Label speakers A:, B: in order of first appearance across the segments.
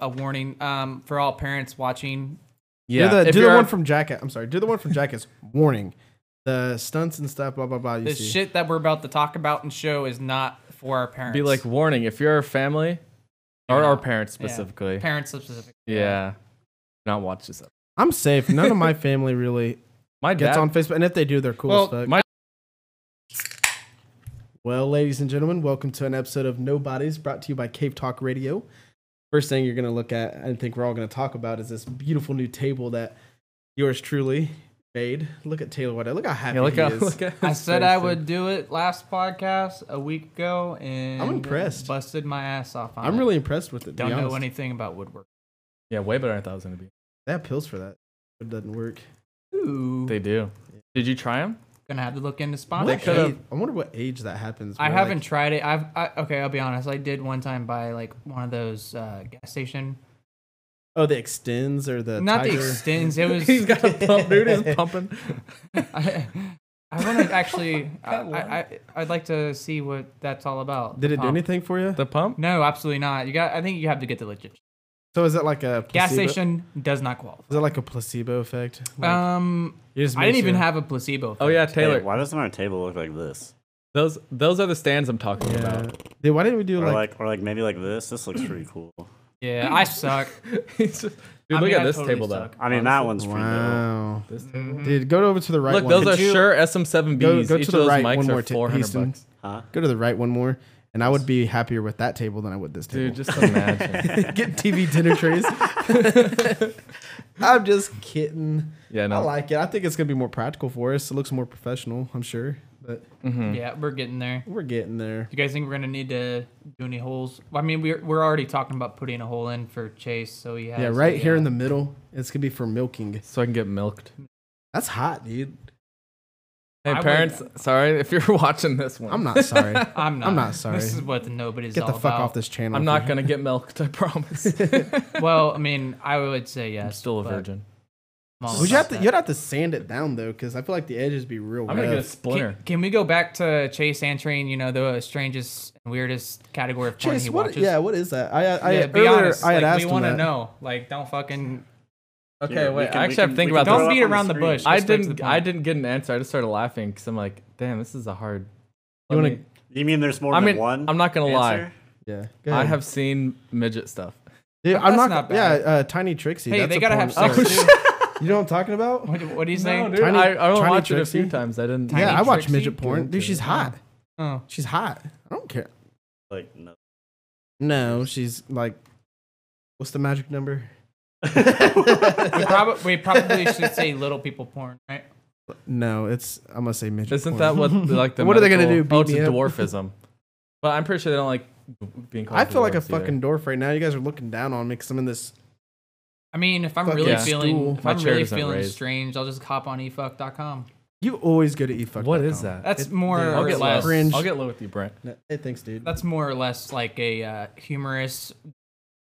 A: a warning um, for all parents watching.
B: Do
C: Yeah,
B: the,
C: if
B: do the
C: you're-
B: one from Jackass. I'm sorry. Do the one from Jackass. Warning. The stunts and stuff, blah, blah, blah. You
A: The
B: see.
A: shit that we're about to talk about and show is not for our parents.
C: be like warning if you're a family or
A: Yeah.
C: our parents
A: Yeah.
C: specifically. Yeah,
A: parents specific.
C: not watch this. Up.
B: I'm safe. None of my family really
C: My
B: gets
C: dad.
B: on Facebook. And if they do, they're cool
C: well,
B: as fuck.
C: my
B: Well, ladies and gentlemen, welcome to an episode of Nobodies brought to you by Cave Talk Radio. First thing you're going to look at and think we're all going to talk about is this beautiful new table that yours truly made. Look at Taylor Whitehead. Look how happy
C: yeah, look
B: he
C: out!
B: is.
C: Look at
A: I
C: his
A: said
C: face
A: I
C: there.
A: would do it last podcast a week ago, and
B: impressed.
A: Busted my ass off. On
B: I'm
A: it.
B: really impressed with it. to be
A: don't know
B: honest.
A: anything about woodwork.
C: Yeah, way better than I thought it was gonna be.
B: They have pills for that. It doesn't work.
A: Ooh,
C: They do. Did you try them?
A: gonna have to look into
B: What
A: sponsorship.
C: could could've- have-
B: age- I wonder what age that happens.
A: I
B: where,
A: haven't
B: like-
A: tried it. I've I, okay. I'll be honest. I did one time buy like one of those uh, gas station.
B: oh, the extends or the
A: not
B: tiger.
A: the extends. It was.
C: He's got a pump, dude. He's pumping.
A: I, I want to actually. I, I, I I'd like to see what that's all about.
B: Did
A: the
B: it do
A: pump.
B: anything for you?
C: The pump?
A: No, absolutely not. You got. I think you have to get the legit.
B: So is it like a placebo?
A: Gas station does not qualify.
B: Is it like a placebo effect? Like,
A: Um,
B: you just
A: I didn't
B: make
A: even
B: sure-
A: have a placebo.
C: Oh yeah,
D: Hey,
C: Taylor.
D: why doesn't our table look like this?
C: Those those are the stands I'm talking
B: Yeah.
C: about.
B: Dude, why didn't we do
D: Or
B: like,
D: like, or like maybe like this. This looks pretty cool.
A: Yeah, I suck.
C: He's just- dude,
A: I
C: look
A: mean,
C: at
A: I
C: this
A: totally
C: table though.
A: suck. Mm-hmm.
D: I mean, that one's pretty dope.
B: wow?
C: This
B: Dude, go over to the right.
C: Look,
B: one.
C: those are
A: Could you-
C: sure SM7Bs.
B: Go- go
C: Each
B: to
C: of
B: the
C: those
B: right
C: mics
B: one more
C: are
B: to
C: 400
B: Houston.
C: bucks.
D: Huh?
B: Go to the right one more, and I would be happier with that table than I would this
C: Dude,
B: table.
C: just imagine.
B: Get TV dinner trays. I'm just kidding.
C: yeah, no.
B: I like it. I think it's gonna be more practical for us. It looks more professional, I'm sure, but
A: Yeah, we're getting there.
B: we're getting there.
A: You guys think we're gonna need to do any holes? I mean, we're we're already talking about putting a hole in for Chase, so he has.
B: Yeah, right here in the middle, it's gonna be for milking.
C: so I can get milked.
B: That's hot, dude.
C: Hey,
A: I would-
C: parents, sorry if you're watching this one.
B: I'm not sorry.
A: I'm not.
B: I'm not sorry.
A: This is what the nobody's
B: Get
A: all
B: the fuck
A: about.
B: off this channel.
C: I'm not gonna get milked. I promise.
A: Well, I mean, I would say yes.
C: I'm still a
A: but
C: virgin.
A: I'm all
B: Would you have
A: about
B: to?
A: that.
B: You'd have to sand it down though, because I feel like the edges be real.
C: I'm gonna get a
B: rough.
C: splinter.
A: Can, can we go back to Chase answering? You know, the strangest, weirdest category of porn
B: Chase,
A: he
B: what?
A: watches.
B: Yeah, what is that? I, I,
A: Yeah,
B: I
A: be
B: earlier
A: honest.
B: I had
A: like,
B: asked
A: we
B: him
A: wanna
B: that.
A: know. Like, don't fucking
C: Okay,
D: Yeah, we
C: wait.
D: can- we
C: actually,
D: can-
C: I'm thinking
D: we can
C: about
D: throw
C: this.
A: don't
D: it up
A: beat
D: on the
A: around the,
D: screen.
A: bush.
C: I
A: Let's get to
C: didn't.
A: the
C: I
A: point.
C: didn't get an answer. I just started laughing because I'm like, "Damn, this is a hard." Let
B: You wanna-
C: me-
D: You mean there's more
C: I
D: than
C: mean,
D: one?
C: I'm not gonna lie.
D: answer?
B: Yeah, go
C: I
B: ahead.
C: have seen midget stuff.
B: Dude,
A: That's
B: I'm not.
A: not
B: yeah,
A: bad.
B: uh, Tiny Trixie.
A: Hey,
B: that's
A: they
B: a
A: gotta
B: porn
A: have sex
B: star.
A: too.
B: you know what I'm talking about?
A: What, what do you say?
C: dude,
B: Tiny-
C: I, I only
B: Tiny
C: watched it a
B: Trixie?
C: few times. I didn't.
A: Tiny
B: yeah, I watch
A: Trixie?
B: midget porn. Dude, she's hot.
A: Oh.
B: She's hot. I don't care.
D: Like no.
B: No, she's like, what's the magic number?
A: We, prob- we probably should say little people porn, right?
B: No, it's I'm gonna say midget.
C: Isn't
B: porn.
C: that what like the?
B: What are they gonna
C: medical-
B: do,
C: Oh,
B: beat
C: it's a
B: me up?
C: dwarfism. But I'm pretty sure they don't like being called.
B: I feel like a
C: dwarfs either.
B: fucking dwarf right now. You guys are looking down on me because I'm in this.
A: I mean, if I'm
B: Fuck
A: really
C: yeah.
A: feeling,
B: Stool.
A: if
C: My
A: I'm
C: chair
A: really
C: doesn't
A: feeling
C: raise.
A: strange, I'll just hop on e efuck.com.
B: You always go to efuck.
C: What is that?
A: That's
B: It-
A: more
B: dude,
C: I'll
A: or
C: get
A: less.
C: low.
B: Cringe.
C: I'll get low with you, Brent.
B: Hey, thanks, dude.
A: That's more or less like a uh, humorous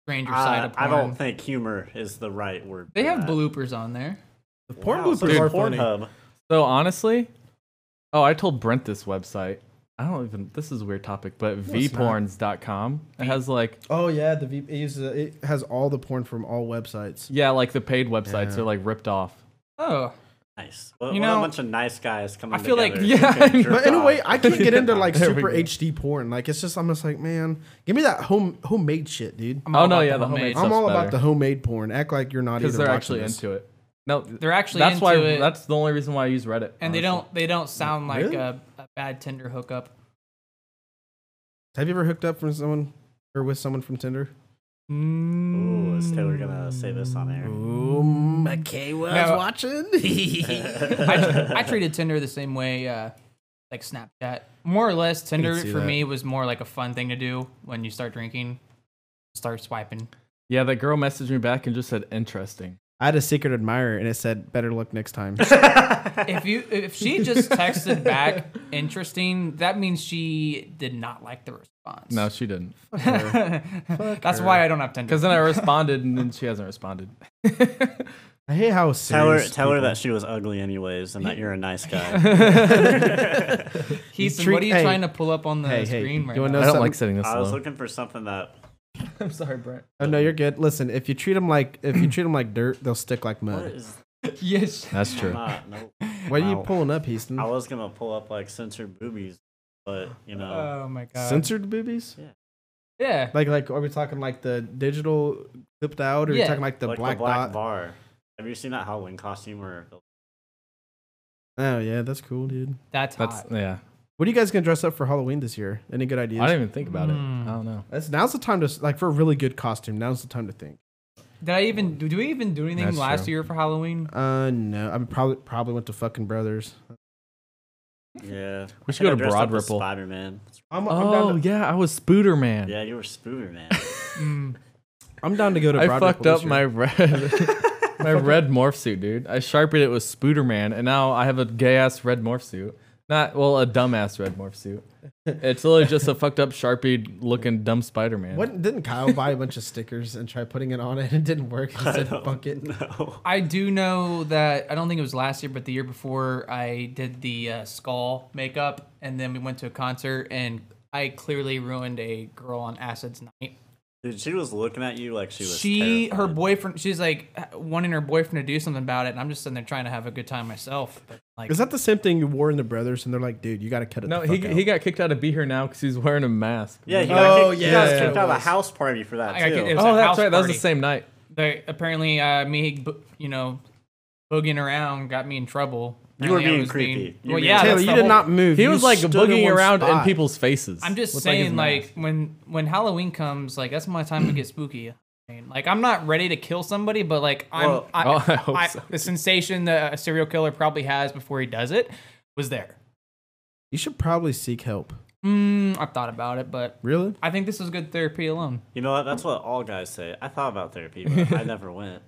A: stranger side
D: Uh,
A: of
D: I
A: porn.
D: don't think humor is the right word.
A: They
D: for
A: have
D: that.
A: bloopers on there.
B: The porn
D: Wow,
B: bloopers
D: so there's
B: are funny.
D: Pornhub.
C: So honestly, oh, I told Brent this website. I don't even. This is a weird topic, but
B: it's not.
C: vporns.com. It has like
B: Oh yeah, the VP uses a, it has all the porn from all websites.
C: yeah, like the paid websites
B: Yeah.
C: are like ripped off.
A: Oh,
D: Nice. What,
A: You
D: what
A: know,
D: a bunch of nice guys coming.
A: I feel like-
D: together
C: Yeah,
D: to jerk
B: But anyway,
D: off.
B: I can't get into like
C: There we
B: super
C: go.
B: HD porn. Like it's just I'm just like, man, give me that home homemade shit, dude.
A: I'm
C: Oh,
A: all
C: no,
A: about
C: yeah, the homemade
B: I'm
C: stuff's
B: all about
C: better.
B: the homemade porn. Act like you're not either.
C: because they're
B: watching
C: actually
B: this.
C: into it. No,
A: They're actually
C: that's
A: into
C: why.
A: it.
C: That's the only reason why I use Reddit.
A: and they
C: honestly.
A: don't they don't sound like
B: Really?
A: a, a bad Tinder hookup.
B: Have you ever hooked up from someone or with someone from Tinder?
D: Ooh,
A: Mm.
D: is Taylor gonna say this on air?
B: Um,
C: Mm,
B: okay, well,
A: No.
B: watching.
A: I, tr- I treated Tinder the same way, uh, like Snapchat. More or less, Tinder
B: see
A: for
B: that.
A: me was more like a fun thing to do when you start drinking, start swiping.
C: Yeah, that girl messaged me back and just said interesting.
B: I had a secret admirer, and it said, "Better luck next time."
A: If you if she just texted back interesting, that means she did not like the response.
C: No, she didn't.
A: that's why I don't have Tinder.
C: Because then I responded and then she hasn't responded.
B: I hate how
D: Tell her,
B: serious.
D: tell her
B: people-
D: that she was ugly anyways, and that you're a nice guy.
A: Heath,
B: treat-
A: what are you
B: hey.
A: trying to pull up on the
B: Hey, hey,
A: screen right
B: you wanna
A: now?
C: I
B: know-
C: don't
B: something-
C: like sitting this
D: I was
C: low.
D: looking for something that
C: I'm sorry, Brent.
B: Oh no, you're good. Listen, if you treat them like if you treat them like dirt, they'll stick like
D: What
B: mud.
D: is
A: yes.
C: That's true.
D: not? No,
B: What are you
C: Wow.
B: pulling up, Houston?
D: I was gonna pull up like censored boobies, but you know,
A: Oh my
D: uh,
A: god.
B: Censored boobies?
A: Yeah.
B: Like like are we talking like the digital clipped out, or are you
A: Yeah.
B: talking like the
D: like
B: black,
D: the black
B: dot?
D: bar. Have you seen that Halloween costume where
B: Oh yeah, that's cool, dude.
A: That's hot.
C: That's yeah.
B: What are you guys gonna dress up for Halloween this year? Any good
C: I
B: ideas?
C: didn't even think about
A: Hmm.
C: it. I don't know.
B: That's now's the time to like for a really good costume. Now's the time to think.
A: Did I even do do we even do anything
C: That's
A: last
C: true.
A: year for Halloween?
B: Uh no, I'm probably probably went to fucking brothers.
D: yeah,
C: We should go to Broad Ripple.
D: Spider Man.
B: I'm, I'm
C: Oh
B: down to,
C: yeah, I was Spooder Man.
D: Yeah, you were Spooner Man.
A: Mm.
B: I'm down to go to.
C: I
B: Broad
C: fucked
B: Ripple this
C: up my
B: year.
C: red my red morph suit, dude. I sharpened it with Spooder Man, and now I have a gay ass red morph suit. Not well, a dumbass red morph suit. It's literally just a fucked up sharpie looking dumb Spider Man.
B: What didn't Kyle buy a bunch of stickers and try putting it on it? It didn't work. He said, "Fuck it."
D: No.
A: I do know that I don't think it was last year, but the year before I did the uh, skull makeup, and then we went to a concert, and I clearly ruined a girl on acids night.
D: Dude, she was looking at you like she was.
A: She, her
D: terrified.
A: boyfriend, she's like uh, wanting her boyfriend to do something about it, and I'm just sitting there trying to have a good time myself. But like,
B: Is that the same thing you wore in the brothers? And they're like, "Dude, you got to cut it."
C: No,
B: the
C: he
B: fuck out.
C: he got kicked out of Be Here Now because he's wearing a mask.
D: Yeah, he
B: Oh,
D: got kicked, he got
B: yeah,
D: kicked out
B: it
D: of a
B: was.
D: house party for that
A: I got
D: too.
A: kicked- it was-
C: Oh,
A: a house
C: that's right. That was the
A: party.
C: same night.
A: they, apparently, uh, me, bo- you know, boogieing around got me in trouble.
D: You were
A: Apparently I
D: being
A: was
D: creepy. You were
A: well,
D: being
A: yeah,
D: creepy.
B: Taylor,
A: that's
B: you
A: the
B: did
A: whole-
B: not move.
C: He
B: You
C: was like
B: stood in
C: boogieing
B: one
C: around in
B: spot.
C: people's faces.
A: I'm just
C: with, his
A: saying, like,
C: mask.
A: when when Halloween comes, like that's my time to get spooky. I mean, Like I'm not ready to kill somebody, but like I'm
D: Well,
A: I,
C: oh, I hope
A: I-
C: so.
A: the sensation that a serial killer probably has before he does it was there.
B: You should probably seek help.
A: Mm, I've thought about it, but
B: Really?
A: I think this is good therapy alone.
D: You know what? That's what all guys say. I thought about therapy, but I never went.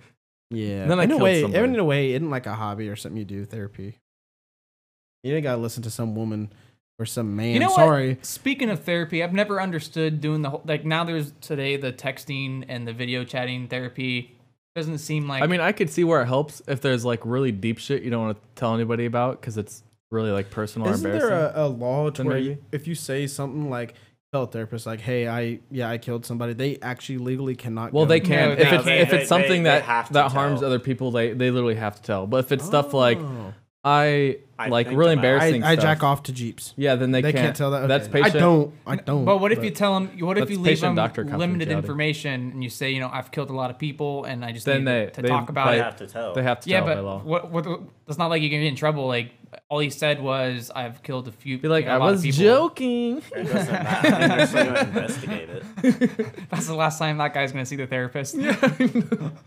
B: Yeah.
C: Then I
B: in a
C: killed
B: way,
C: somebody.
B: in a way, isn't like a hobby or something you do therapy. You ain't gotta listen to some woman or some man.
A: You know
B: Sorry.
A: what? Speaking of therapy, I've never understood doing the whole like now. There's today the texting and the video chatting therapy. Doesn't seem like
C: I mean, I could see where it helps if there's like really deep shit you don't want to tell anybody about because it's really like personal
B: Isn't
C: or embarrassing.
B: there a, a law to
C: Then
B: where
C: maybe.
B: you, if you say something like tell a therapist like, "Hey, I yeah, I killed somebody," they actually legally cannot.
C: well,
B: go
C: they
B: to-
C: can
A: No,
C: if
A: they-
C: it's
A: they-
C: if
D: they-
C: it's something
D: they- they have
C: that
D: to
C: that harms
D: tell.
C: other people, they they literally have to tell. But if it's stuff like
A: Oh.
C: I,
D: I
C: like
D: think
C: really
D: about it.
B: I,
C: embarrassing,
B: I
C: stuff,
B: jack off to jeeps.
C: Yeah, then they,
B: They
C: can't,
B: can't tell that. Okay.
C: That's patient.
B: I don't. I don't.
A: But what if
B: but-
A: you tell them? What if
C: That's
A: you leave
C: patient
A: them
C: doctor
A: limited
C: confidentiality.
A: information and you say, you know, I've killed a lot of people and I just
C: Then
A: need
C: they-
A: to
C: they-
A: talk about
D: I
C: like-
A: it.
D: have to tell.
C: They have to
A: Yeah,
C: tell by
A: but
C: law.
A: what, what? It's not like you can get in trouble. Like all he said was, "I've killed a few."
C: Be like,
A: you know,
C: I
A: a lot of
C: was
A: people."
C: joking.
D: It doesn't matter. They're still gonna investigate it.
A: That's the last time that guy's gonna see the therapist.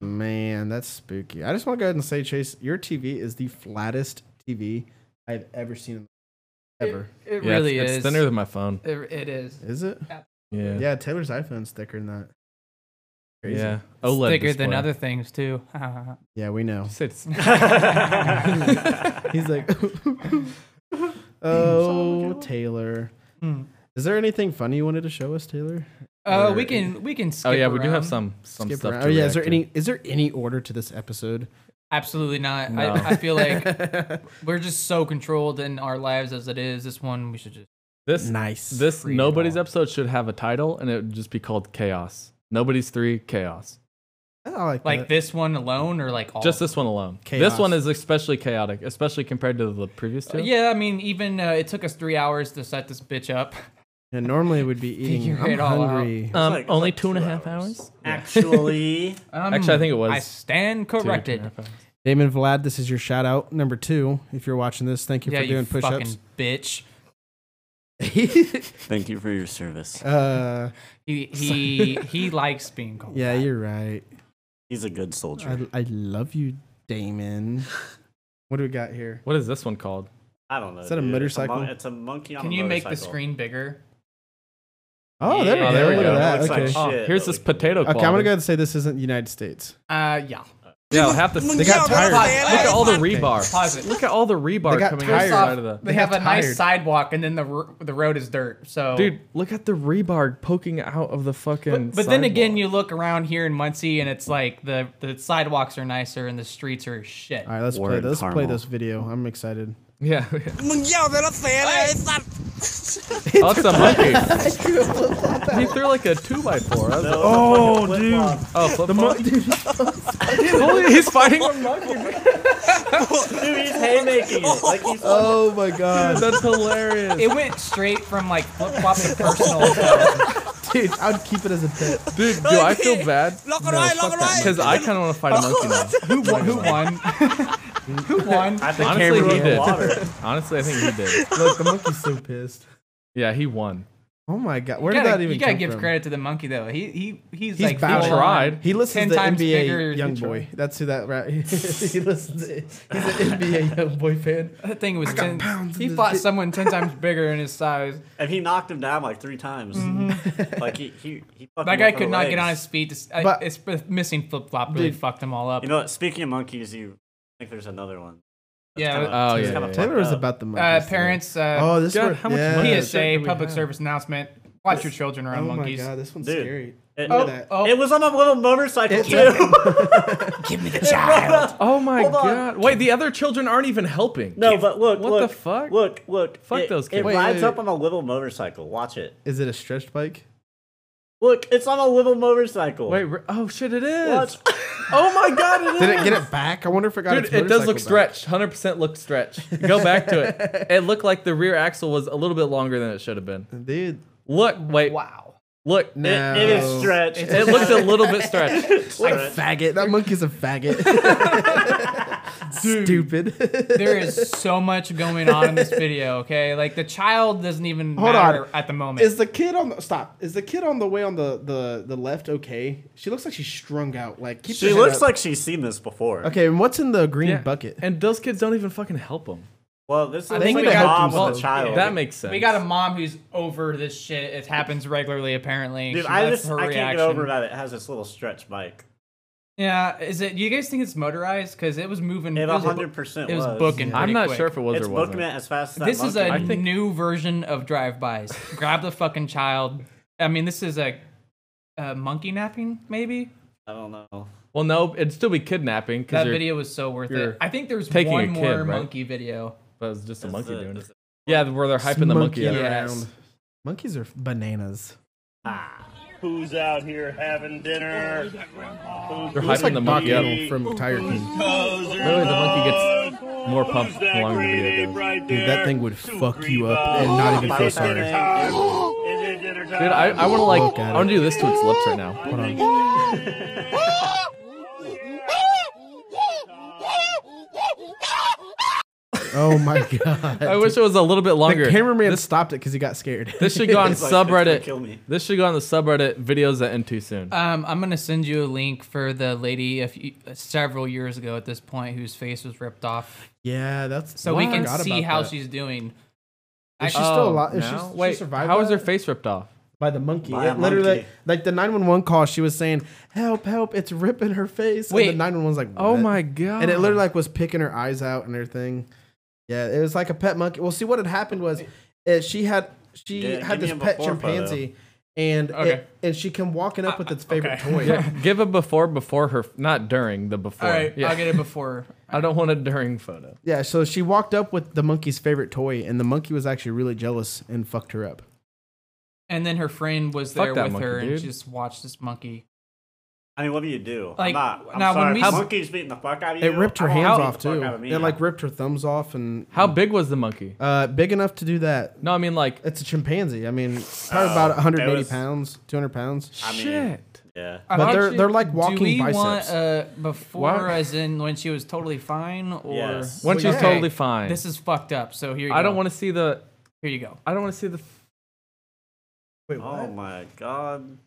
B: Man, that's spooky. I just want to go ahead and say, Chase, your TV is the flattest TV I've ever seen. Ever.
A: It
C: Yeah,
A: really
C: it's,
A: is.
C: It's thinner than my phone.
A: It- it is.
B: Is it?
C: Yeah.
B: Yeah, Taylor's iPhone's thicker than that. Crazy.
C: Yeah.
A: It's
C: OLED
A: thicker than
C: display.
A: other things too.
B: Yeah, we know.
C: Just say it's-
B: He's like, oh, Taylor.
A: Hmm.
B: Is there anything funny you wanted to show us, Taylor?
A: uh,
B: Or-
A: we can we can skip.
C: oh yeah, we do
A: around.
C: have some some
B: Skip
C: stuff.
B: around.
C: to
B: Oh yeah, is there
C: react
B: any is there any order to this episode?
A: Absolutely not.
C: No.
A: I, I feel like we're just so controlled in our lives as it is. This one we should just.
C: to. This
B: nice.
C: this
B: Free
C: nobody's
B: ball.
C: episode should have a title and it would just be called Chaos. Nobody's three Chaos.
B: I like,
A: like
B: that.
A: this one alone or like all
C: Just this one alone.
B: Oh. Chaos.
C: This one is especially chaotic, especially compared to the previous two.
A: yeah i mean even uh, it took us three hours to set this bitch up
B: And normally we'd be eating.
A: Figure
B: I'm
A: it all out.
B: hungry.
C: Um,
D: like- it's
C: only
D: like
C: two and a
D: two
C: half
D: hours.
C: hours.
D: Actually,
A: Um,
C: Actually, I think it was
A: i stand
C: Two, two and a
A: corrected
C: half hours.
B: Damon Vlad, this is your shout out number two. If you're watching this, thank you
A: yeah
B: for
A: you
B: doing push ups.
A: fucking bitch
D: thank you for your service.
B: uh,
A: he he he likes being called
B: yeah,
A: that.
B: you're right.
D: He's a good soldier.
B: I, I love you, Damon. What do we got here?
C: What is this one called?
D: I don't know.
B: Is that a
D: dude.
B: motorcycle?
D: It's a, mon- it's a monkey on
A: can
D: a
A: you make
D: motorcycle.
A: the screen bigger
B: Oh, there we
A: Yeah.
B: go.
A: Oh, there we
B: Look
C: go.
B: at
D: It
B: that.
D: looks like
B: Okay.
D: shit.
C: Oh, here's this potato.
B: Okay, I'm gonna
C: quality.
B: go ahead and say this isn't United States.
A: uh yeah
C: Yeah, I'll have to. They
B: got tired.
C: Look at all the rebar.
A: Pause it.
C: Look at all the rebar
B: got
C: coming
B: tired.
C: tired. out of the.
A: they,
B: They
A: have a
B: got
A: nice
B: tired.
A: sidewalk and then the ro- the road is dirt so
C: Dude, look at the rebar poking out of the fucking.
A: but, but then again you look around here in muncie and it's like the the sidewalks are nicer and the streets are shit
B: All right, let's play.
D: Warren
B: Let's play
D: Carmel.
B: this video. I'm excited.
C: yeah,
E: Mừng giao cho nó xè này, sạch
C: Oh, it's a monkey.
B: I threw a flip-flop
C: He
B: out.
C: threw like a two by four. I was like,
E: Oh,
D: Flip
E: dude.
D: flop.
C: oh, flip
B: The
C: flop.
B: mon- dude,
C: Holy, he's fighting a monkey.
D: Dude, he's haymaking it. Like he's
B: oh my god,
C: That's hilarious,
A: It went straight from like flip flop to personal. so-
B: dude! I'd keep it as a pet.
C: dude. Do I feel bad?
F: Lock it right, lock it right.
C: Because I kind of want to fight a monkey now.
A: who won? Who won? who won?
D: I think
C: Honestly,
D: he threw
C: he
D: it in
C: did.
D: the water.
C: Honestly, I think he did.
B: Look, the monkey's so pissed.
C: Yeah, he won.
B: Oh my god, where
A: you
B: did
A: gotta,
B: that even
A: you gotta
B: come
A: give
B: from?
A: credit to the monkey though. He he he's,
B: He's
A: like
B: bowed.
A: full
B: He
C: tried.
A: on.
B: He listens
A: 10
B: to
A: times
B: NBA
A: bigger
B: Young
A: than
B: Boy. That's who that rat. he listens. To, he's an NBA Young Boy fan.
A: That thing was
B: got
A: ten.
B: pounds in
A: He
B: this
A: fought
B: bit.
A: someone ten times bigger in his size.
D: And he knocked him down like three times. Like he he he. fucked
A: That
D: him
A: guy
D: up in
A: could
D: the
A: not get
D: legs.
A: on his feet. Just, I-
B: But-
A: it's the missing flip flop really
B: Dude.
A: fucked them all up.
D: You know what? Speaking of monkeys, you I think there's another one.
A: yeah.
D: kinda-
A: but,
C: Oh
D: it's
C: yeah. yeah,
D: kinda
C: yeah.
B: Taylor was
D: fucked up.
B: about the monkey.
A: uh, parents. Uh,
B: Oh, this
C: God,
B: one-
C: how much
B: yeah.
C: money is
A: PSA.
C: shit do we
A: public
C: have?
A: service announcement. Watch your children
B: Oh
A: around
B: my
A: monkeys.
B: god, this one's
D: Dude.
B: scary.
D: It,
B: Look
A: Oh,
B: at that.
A: oh,
D: it was on a little motorcycle
B: It-
D: too.
F: Give me the child.
C: Oh my
D: Hold on.
C: god! Wait, the other children aren't even helping.
D: no, but look,
C: What
D: look,
C: the fuck?
D: Look, look.
C: Fuck
D: it,
C: those
D: It
C: kids.
B: Wait,
D: rides
B: wait,
D: up on a little motorcycle. Watch it.
B: Is it a stretched bike?
D: Look, it's on a little motorcycle.
C: Wait. re- Oh shit! It is.
D: watch.
C: Oh my god! It is.
B: Did it get it back? I wonder if it got its
C: Dude, it does look
B: motorcycle back.
C: stretched. Hundred percent looked stretched. Go back to it. It looked like the rear axle was a little bit longer than it should have been.
B: Dude,
C: Look, wait,
A: wow.
C: look.
B: no.
D: It, it is stretched.
C: It looked a little bit stretched.
D: Stretched.
B: faggot. That monkey's a faggot. Stupid.
A: There is so much going on in this video. Okay, like the child doesn't even
B: Hold
A: matter
B: on.
A: at the moment.
B: Is the kid on the stop? Is the kid on the way on the the the left? Okay, she looks like she's strung out. Like keep
D: She looks like she's seen this before.
B: Okay, and what's in the green
C: Yeah.
B: bucket?
C: And those kids don't even fucking help them.
D: Well, this is
A: I
D: I
A: think
D: think like
A: we
D: a
A: got-
D: mom with
A: well,
D: a child.
C: That makes sense.
A: we got a mom who's over this shit. It happens regularly, apparently.
D: Dude,
A: She-
D: I
A: that's
D: just I
A: her
D: can't get
A: reaction.
D: over that. It has this little stretch bike.
A: Yeah, is it? You guys think it's motorized? Because it was moving.
D: It
A: was-
D: 100 percent
A: It was
D: was.
A: booking.
C: I'm
A: pretty
C: not
A: quick.
C: sure if it was
D: It's
C: or wasn't.
D: booking it as fast as that
A: This is
D: monkey.
A: a
C: I think-
A: new version of drive-bys. Grab the fucking child. I mean, this is a, a monkey napping, maybe.
D: I don't know.
C: Well, no, it'd still be kidnapping because
A: That video was so worth
C: you're
A: it. I think there's
C: taking
A: one
C: a kid,
A: more
C: right?
A: monkey video.
C: That was just a
D: This
C: monkey
D: is a-
C: doing
D: this
C: it.
D: is-
C: Yeah, where they're hyping the monkey.
B: Monkeying
C: up.
A: Yes.
B: around. Monkeys are bananas.
G: Who's out here having dinner? Who's
C: They're
B: Looks
C: hyping
B: like
C: the
B: the
C: monkey up.
G: Monkey.
B: from Tiger King.
C: Literally, the monkey gets more pumped the longer the video goes.
G: right
B: Dude, that thing would fuck you up and not even feel sorry.
G: Is it dinner time?
C: Dude, I, I want to like,
B: God.
C: I want to do this to its lips right now.
B: Hold on. Oh my god.
C: I wish it was a little bit longer.
B: the cameraman stopped it because he got scared.
C: this should go on
D: It's like, it's gonna
C: subreddit.
D: kill me.
C: This should go on the subreddit videos that end too soon.
B: Uh,
A: Um, I'm gonna send you a link for the lady a few, several years ago at this point whose face was ripped off,
B: yeah, that's
A: so
B: I
A: we can
B: forgot
A: see
B: about
A: how
B: that.
A: she's doing.
B: Is she still
C: Oh,
B: alive? Is she-
C: now?
B: she
C: Wait,
B: survived
C: how
B: that?
C: was her face ripped off?
B: by the monkey.
D: By a
B: It literally,
D: monkey.
B: like the 911 call, she was saying, "Help, help! It's ripping her face."
A: Wait.
B: and the 911's like,
C: Oh
B: "What?"
C: my god!
B: And it literally like was picking her eyes out and everything. Yeah, it was like a pet monkey. Well, see what had happened was, uh, she had she
D: Yeah,
B: had
D: give
B: this
D: me a
B: pet
D: before photo.
B: chimpanzee, and
A: Okay. Uh,
B: it, and she came walking up with its favorite
A: okay.
B: toy.
C: Yeah, give a before before her, not during the before.
A: All right,
C: yeah.
A: I'll get it before.
C: I don't want a during photo.
B: Yeah, so she walked up with the monkey's favorite toy, and the monkey was actually really jealous and fucked her up.
A: And then her friend was
C: Fuck
A: there
C: that
A: with
C: monkey,
A: her,
C: dude.
A: and she just watched this monkey.
D: I mean, what do you do?
A: Like,
D: I'm not. I'm
A: now, when
D: sorry.
A: we
D: if a
A: s-
D: monkey's beating the fuck out of you.
B: It ripped her
D: I want
B: hands
D: to
B: off
D: beat the
B: too.
D: fuck out of me.
B: It like ripped her thumbs off and
C: How big was the monkey?
B: uh, big enough to do that.
C: No, I mean like
B: It's a chimpanzee. I mean, probably about 180
D: Oh, was-
B: pounds, 200 pounds.
D: I mean-
C: shit.
D: Yeah.
A: I
B: But
A: thought
B: they're-
A: she-
B: they're like
A: Do we
B: walking
A: want
B: biceps.
A: uh, before,
C: Why-
A: as in when she was totally fine, or
D: Yes.
C: When
B: Well,
C: she's
B: yeah.
C: totally fine.
A: this is fucked up. So here you
C: I
A: go.
C: don't want to see the.
A: Here you go.
C: I don't want to see the.
B: Wait,
D: Oh my god.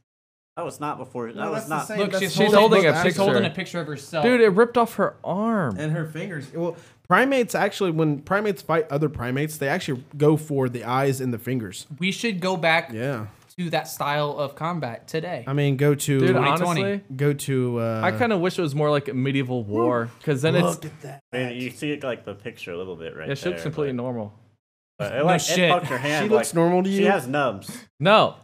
D: That was not before. That was not.
A: Look, she's,
C: she's
A: holding,
C: holding a
A: she's
C: picture.
A: holding a picture of herself.
C: Dude, it ripped off her arm.
B: and her fingers. Well, primates actually, when primates fight other primates, they actually go for the eyes and the fingers.
A: we should go back
B: Yeah,
A: to that style of combat today.
B: I mean, go to
C: Dude,
A: 2020.
C: honestly,
B: go to. Uh,
C: I kind of wish it was more like a medieval war, because then it's
B: at that.
D: Man, you see it like the picture a little bit right
C: yeah, she
D: there.
C: looks completely
D: but-
C: normal.
D: but uh, It, like,
A: shit.
D: it fucked her hand.
B: She looks
D: like,
B: normal to
D: She
B: you?
D: has nubs.
C: No,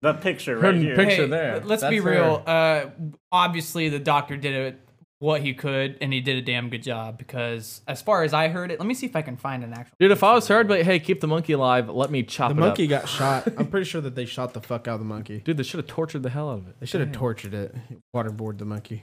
D: The picture
C: Her
D: right here.
C: picture- there.
A: let's be
C: That's
A: real. Uh, obviously, the doctor did it what he could, and he did a damn good job. Because as far as I heard it, let me see if I can find an actual.
C: Dude, if I was her, I'd be like, hey, keep the monkey alive. Let me chop
B: The
C: it up."
B: monkey got shot. I'm pretty sure that they shot the fuck out of the monkey.
C: Dude, they should have tortured the hell out of it.
B: They should have tortured it. Waterboard the monkey.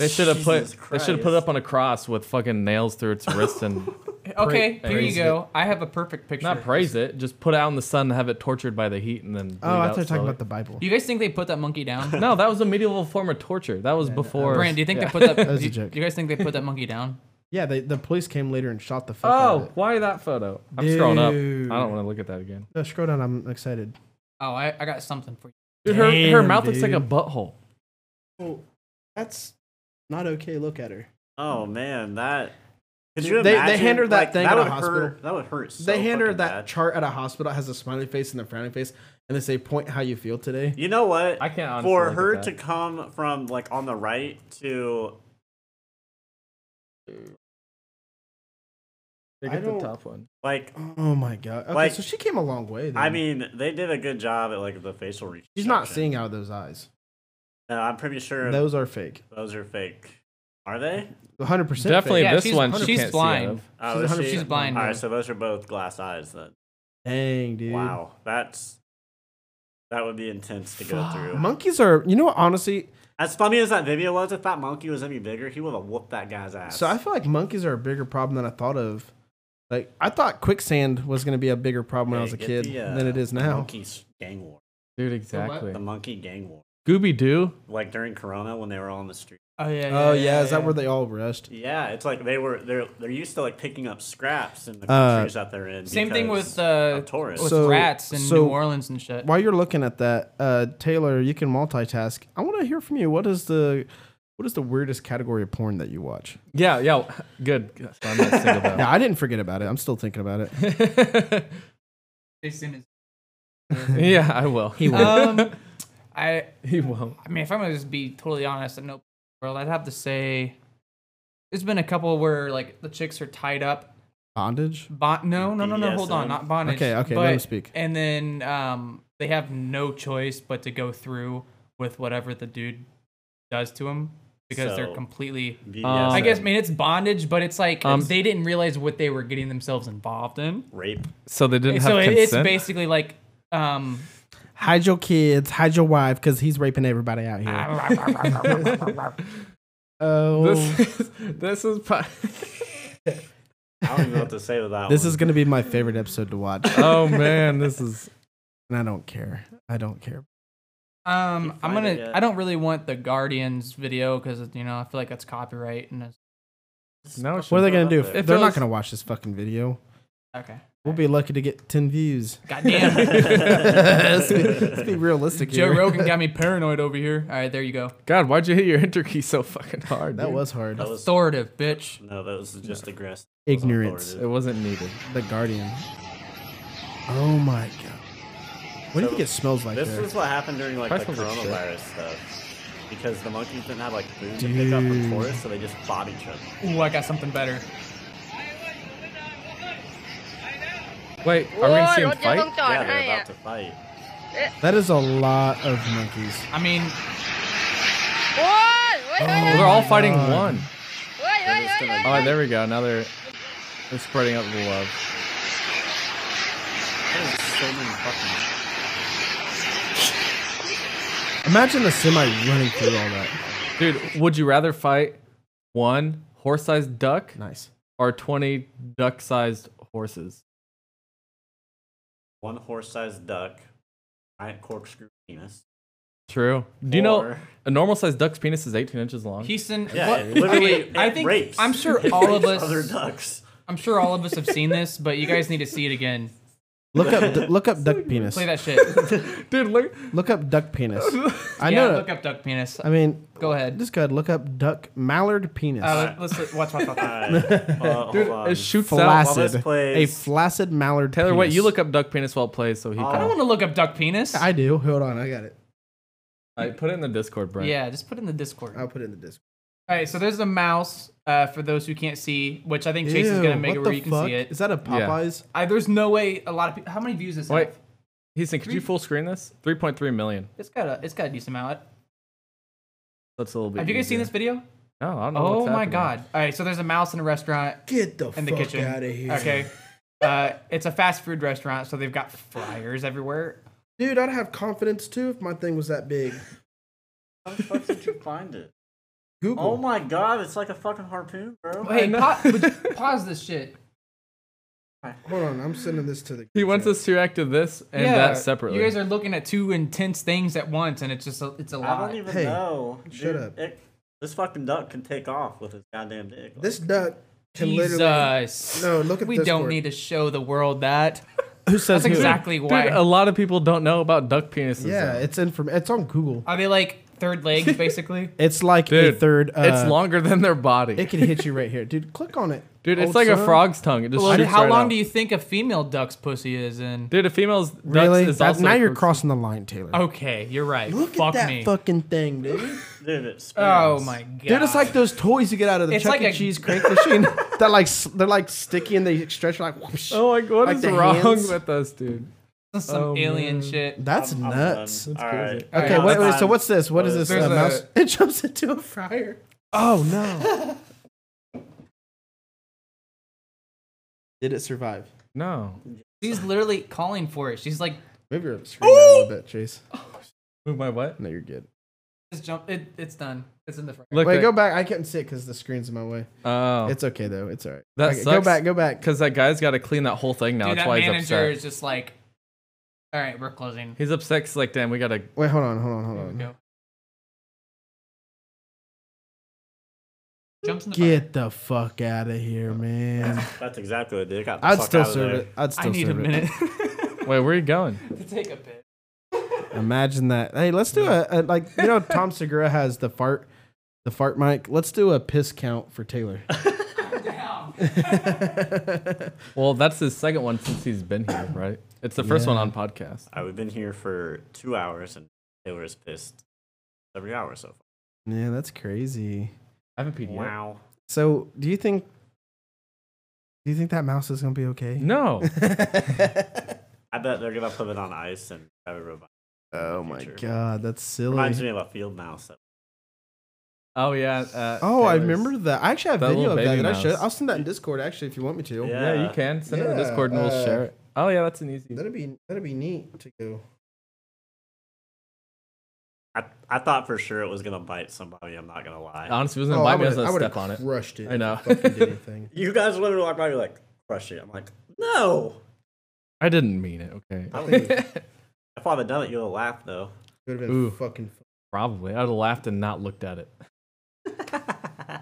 C: They should have put.
D: Jesus
C: They should have put
D: Christ.
C: it up on a cross with fucking nails through its wrist and
A: Okay,
C: Pra-
A: here you
C: praise
A: go. I have a perfect picture.
C: not praise it. Just put it out in the sun and have it tortured by the heat and then. bleed
B: Oh,
C: out
B: I thought you were talking
C: slowly.
B: about the Bible.
A: Do you guys think they put that monkey down?
C: No, that was a medieval form of torture. That was before.
A: Brand, do you think they put that?
B: was
A: do,
B: a
A: you-
B: joke.
A: do you guys think they put that monkey down?
B: Yeah, they, the police came later and shot the fuck out of
C: Oh,
B: it.
C: why that photo? I'm scrolling up.
B: Dude.
C: I don't want to look at that again.
B: No, scroll down. I'm excited.
A: Oh, I, I got something for you.
C: Dude, her, her
B: Damn,
C: mouth looks like a
B: dude.
C: butthole.
B: Well, that's not okay. Look at her.
D: Oh man, that. Could you
B: They- they
D: imagine?
B: hand her that
D: Like,
B: thing
D: that
B: at a
D: would
B: hospital.
D: Hurt, that would hurt. So
B: they hand her
D: fucking
B: that
D: bad.
B: chart at a hospital. It has a smiley face and a frowny face, and they say, "Point how you feel today."
D: You know what?
C: I can't honestly
D: For
C: look at
D: her
C: that.
D: to come from like on the right to
C: Look
B: I
C: at the
B: don't-
C: top one.
D: like.
B: Oh my god. Okay,
D: Like-
B: so she came a long way. Then.
D: I mean, they did a good job at like the facial reconstruction.
B: Mm-hmm. she's not seeing out of those eyes.
D: No, I'm pretty sure
B: Those are fake.
D: those are fake. Are they?
B: 100 percent.
C: Definitely
A: Yeah,
C: this
A: she's-
C: one. She
A: she's
C: can't
A: blind.
C: See out of.
B: She's
D: Oh, is
B: 100%
D: she?
A: She's blind.
D: All right, so those are both glass eyes then.
B: Dang, dude.
D: Wow, that's that would be intense to go through.
B: Monkeys are. You know what? Honestly,
D: As funny as that video was, if that monkey was any bigger, he would have whooped that guy's ass.
B: so I feel like monkeys are a bigger problem than I thought of. Like I thought quicksand was gonna be a bigger problem when I was
D: Hey,
B: a
D: get
B: kid
D: the, uh,
B: than it is now.
D: Monkey s- gang war.
C: Dude, exactly.
D: The monkey gang war.
C: Gooby Doo.
D: Like during Corona when they were all on the street.
A: Oh yeah.
B: Oh yeah, is that where they all rushed?
D: Yeah, it's like they were they're they're used to like picking up scraps in the
B: Uh,
D: countries that they're in.
A: Same thing
D: because
A: with uh,
D: of tourists.
A: with
B: So-
A: rats in
B: so-
A: New Orleans and shit.
B: While you're looking at that, uh, Taylor, you can multitask. I want to hear from you. What is the what is the weirdest category of porn that you watch?
C: Yeah, yeah. Good. I'm not single though.
B: Yeah, I didn't forget about it. I'm still thinking about it.
A: Jason is-
C: yeah, I will. He
A: Um, I
C: he won't.
A: I mean, if I'm gonna just be totally honest and no world, I'd have to say there's been a couple where like the chicks are tied up.
B: Bondage.
A: Bon- no, no, no, no. Hold on,
D: BDSM.
A: not bondage.
B: Okay, okay, let
A: but-
B: him speak.
A: And then um, they have no choice but to go through with whatever the dude does to them because they're
D: So-
A: completely.
D: BDSM,
A: um, I guess, I mean, it's bondage, but it's like
C: Um,
A: they didn't realize what they were getting themselves involved in.
D: rape.
C: So they didn't
A: So
C: have
A: it, it's
C: consent.
A: basically like, um,
B: Hide your kids. Hide your wife because he's raping everybody out
A: Ah,
B: here. Oh, this,
C: this is, this is po-
D: I don't even know what to say to that
B: is
D: one.
B: gonna be my favorite episode to watch,
C: oh man this is
B: and I don't care. I don't care.
A: um, I'm
D: find
A: gonna.
D: it yet?
A: I don't really want the Guardians video because you know I feel like that's copyright and it's
C: no
B: What are they gonna do?
D: If
B: They're
C: it
B: not
C: was-
B: gonna watch this fucking video.
A: okay.
B: We'll be lucky to get ten views.
A: Goddamn,
B: let's, be, let's be realistic
A: Joe
B: here.
A: Rogan got me paranoid over here. All right, there you go.
C: god why'd you hit your enter key so fucking hard
B: That
C: dude?
B: was hard.
D: That was-
A: Authoritative, bitch.
D: no, that was just aggressive.
B: Ignorance.
C: it wasn't needed
B: The Guardian. Oh my god. What do you think it smells like
D: This
B: there?
D: is what happened during like the
C: Price was a shit.
D: coronavirus stuff. Because the monkeys didn't have like food to pick up from
B: Dude.
D: forests, so they just bought each other.
A: Ooh, I got something better.
C: wait are we gonna see him fight
D: Yeah, they're about to fight.
B: That is a lot of monkeys.
A: I mean,
C: well, they're all fighting one.
D: They're just gonna-
C: Oh, there we go now they're they're spreading out the love
D: There's so many fucking.
B: Imagine a semi running through all that.
C: dude would you rather fight one horse-sized duck
B: Nice.
C: or 20 duck-sized horses
D: One horse-sized duck, giant corkscrew penis.
C: true do you know
D: Or-
C: a normal-sized duck's penis is 18 inches long
A: Houston.
D: Yeah,
A: what-
D: it literally.
A: okay, I
D: it
A: think
D: rapes.
A: I'm sure
D: It
A: all of
D: rapes Other
A: us.
D: ducks.
A: I'm sure all of us have seen this, but you guys need to see it again.
B: Look up look up duck penis.
A: Play that shit.
C: dude look
B: Look up duck penis. I
A: yeah,
B: know.
A: look up duck penis.
B: I mean,
A: Go ahead.
B: just go ahead. Look up duck mallard penis.
A: Uh, let's let's- watch, watch, watch.
D: All right, uh,
C: dude
D: hold on.
C: it shoots out
D: this
B: flaccid. A
D: plays-
B: flaccid mallard.
C: Taylor, wait,
B: penis.
C: you look up duck penis while it plays so he
A: I don't
C: can.
A: want to look up duck penis.
B: I do. Hold on. I got it.
C: Alright, put it in the Discord, Brent.
A: yeah, just put it in the Discord.
B: I'll put it in the Discord.
A: All right, so there's a mouse uh, for those who can't see, which I think Jason's gonna make it where you can see it.
B: Is that a Popeyes?
A: I, there's no way a lot of people. How many views is
C: Wait,
A: it?
C: Houston, could you full screen this? 3.3 million.
A: It's got a it's got a decent amount.
C: That's a little bit.
A: Have you guys seen this video?
C: No, I don't know.
A: Oh
C: what's
A: my
C: happening.
A: god! All right, so there's a mouse in a restaurant
B: Get the
A: in the
B: fuck
A: kitchen.
B: out of here.
A: Okay. Uh, it's a fast food restaurant, so they've got fryers everywhere.
B: Dude, I'd have confidence too if my thing was that big.
D: How the fuck did you find it?
B: Google.
D: Oh my god, it's like a fucking harpoon, bro.
A: Hey, pa- would you pause this shit.
B: Hold on, I'm sending this to the.
C: He wants us to react to this and that separately.
A: You guys are looking at two intense things at once, and it's just a, it's a
D: I
A: lot.
D: don't even
B: Hey,
D: know.
B: shut
D: Dude,
B: up.
D: It, this fucking duck can take off with his goddamn dick. Like,
B: This duck can literally.
A: Jesus.
B: No, look at
A: we
B: Discord.
A: don't need to show the world that.
C: Who says
A: That's
C: who?
A: exactly
C: Dude,
A: why.
C: a lot of people don't know about duck penises.
B: Yeah,
C: though.
B: it's in from. It's on Google.
A: Are they like third legs, basically?
B: It's like
C: dude,
B: a third. Uh,
C: it's longer than their body,
B: It can hit you right here, dude. Click on it,
C: dude. It's
B: old
C: like a
B: son.
C: frog's tongue. It just
A: Well,
C: shoots
A: how
C: right
A: long
C: out.
A: do you think a female duck's pussy is in?
C: Dude, a female's ducks
B: Really?
C: is
B: That-
C: also
B: now
C: a Oh,
B: you're
C: pussy.
B: crossing the line, Taylor.
A: Okay, you're right.
B: Look
A: Fuck
B: at that
A: me.
B: fucking thing, dude.
D: dude, it spins.
A: oh my god.
B: Dude, it's like those toys you get out of the
A: It's
B: Chuck
A: like
B: E.
A: a-
B: Cheese crank machine. that like s- they're like sticky and they stretch like. Whoosh.
C: Oh my god, what
B: Like
C: is
B: the
C: wrong
B: hands.
C: with us, dude?
A: some
C: oh,
A: alien
C: man.
A: shit.
B: That's
D: I'm done.
B: nuts.
D: All
C: crazy.
D: right.
B: Okay,
A: Alright,
B: wait,
A: that's
B: wait. So
D: fine.
B: what's this? What is
D: There's
B: this? Uh,
A: a-
B: mouse? It jumps into a fryer. Oh no! Did it survive?
C: No.
A: She's literally calling for it. She's like,
B: Move your screen down a little bit, Chase.
C: Move my what?
B: No, you're good.
A: just jump. It, it's done. It's in the frame.
C: Look,
B: Wait,
C: that-
B: go back. I couldn't see it because the screen's in my way.
C: Oh,
B: It's okay though. It's alright.
C: That
B: okay, Go
C: sucks.
B: back. Go back.
C: because that guy's got to clean that whole thing now.
A: Dude,
C: That's
A: that
C: why he's
A: manager
C: upset.
A: is just like, all right, we're closing.
C: He's upset. 'cause, like, damn, we gotta.
B: Wait, hold on, hold on, hold
A: Here we
B: on.
A: go. Jumps in the fire.
B: Get the fuck out of here, man.
D: That's exactly what it did. Got the
B: I'd
D: fuck
B: still
D: out of
B: serve
D: there.
B: it. I'd still
A: I need a
B: serve it.
A: minute
C: Wait, where are you going?
A: to take a bit.
B: Imagine that. Hey, let's do a, a like you know Tom Segura has the fart, the fart mic. Let's do a piss count for Taylor.
C: Well, that's his second one since he's been here, right? It's the first one on podcast.
D: All right, Uh, we've been here for two hours and Taylor is pissed every hour so far.
B: Yeah, that's crazy.
C: I haven't peed yet.
D: Wow.
B: So, do you think? Do you think that mouse is gonna be okay?
C: No.
D: I bet they're gonna put it on ice and have it revived.
B: Oh my
D: Future.
B: god, that's silly.
D: Reminds me of a field mouse.
C: Oh yeah. Uh,
B: Oh, I
C: Taylor's-
B: remember that. I actually have
C: That
B: video
C: little
B: of that.
C: baby
B: that I should.
C: mouse.
B: I'll send that in Discord actually if you want me to.
D: Yeah.
C: Yeah, you can send it to
B: Oh, Yeah,
C: Discord and we'll
B: uh,
C: share it. Oh yeah, that's an easy.
B: That'd be that'd be neat to go.
D: I, I thought for sure it was gonna bite somebody. I'm not gonna lie.
B: Uh,
C: Honestly, it
B: Oh,
C: was gonna bite me. I was gonna step on it.
B: Crushed it.
C: I know.
B: if fucking did anything.
D: you guys literally walked by and you're like, crush it. I'm like, no.
C: I didn't mean it. Okay.
D: I would've- if I'd have done it, you'd have laughed though.
B: Could have
C: Ooh.
B: been fucking.
C: Probably. I'd have laughed and not looked at it because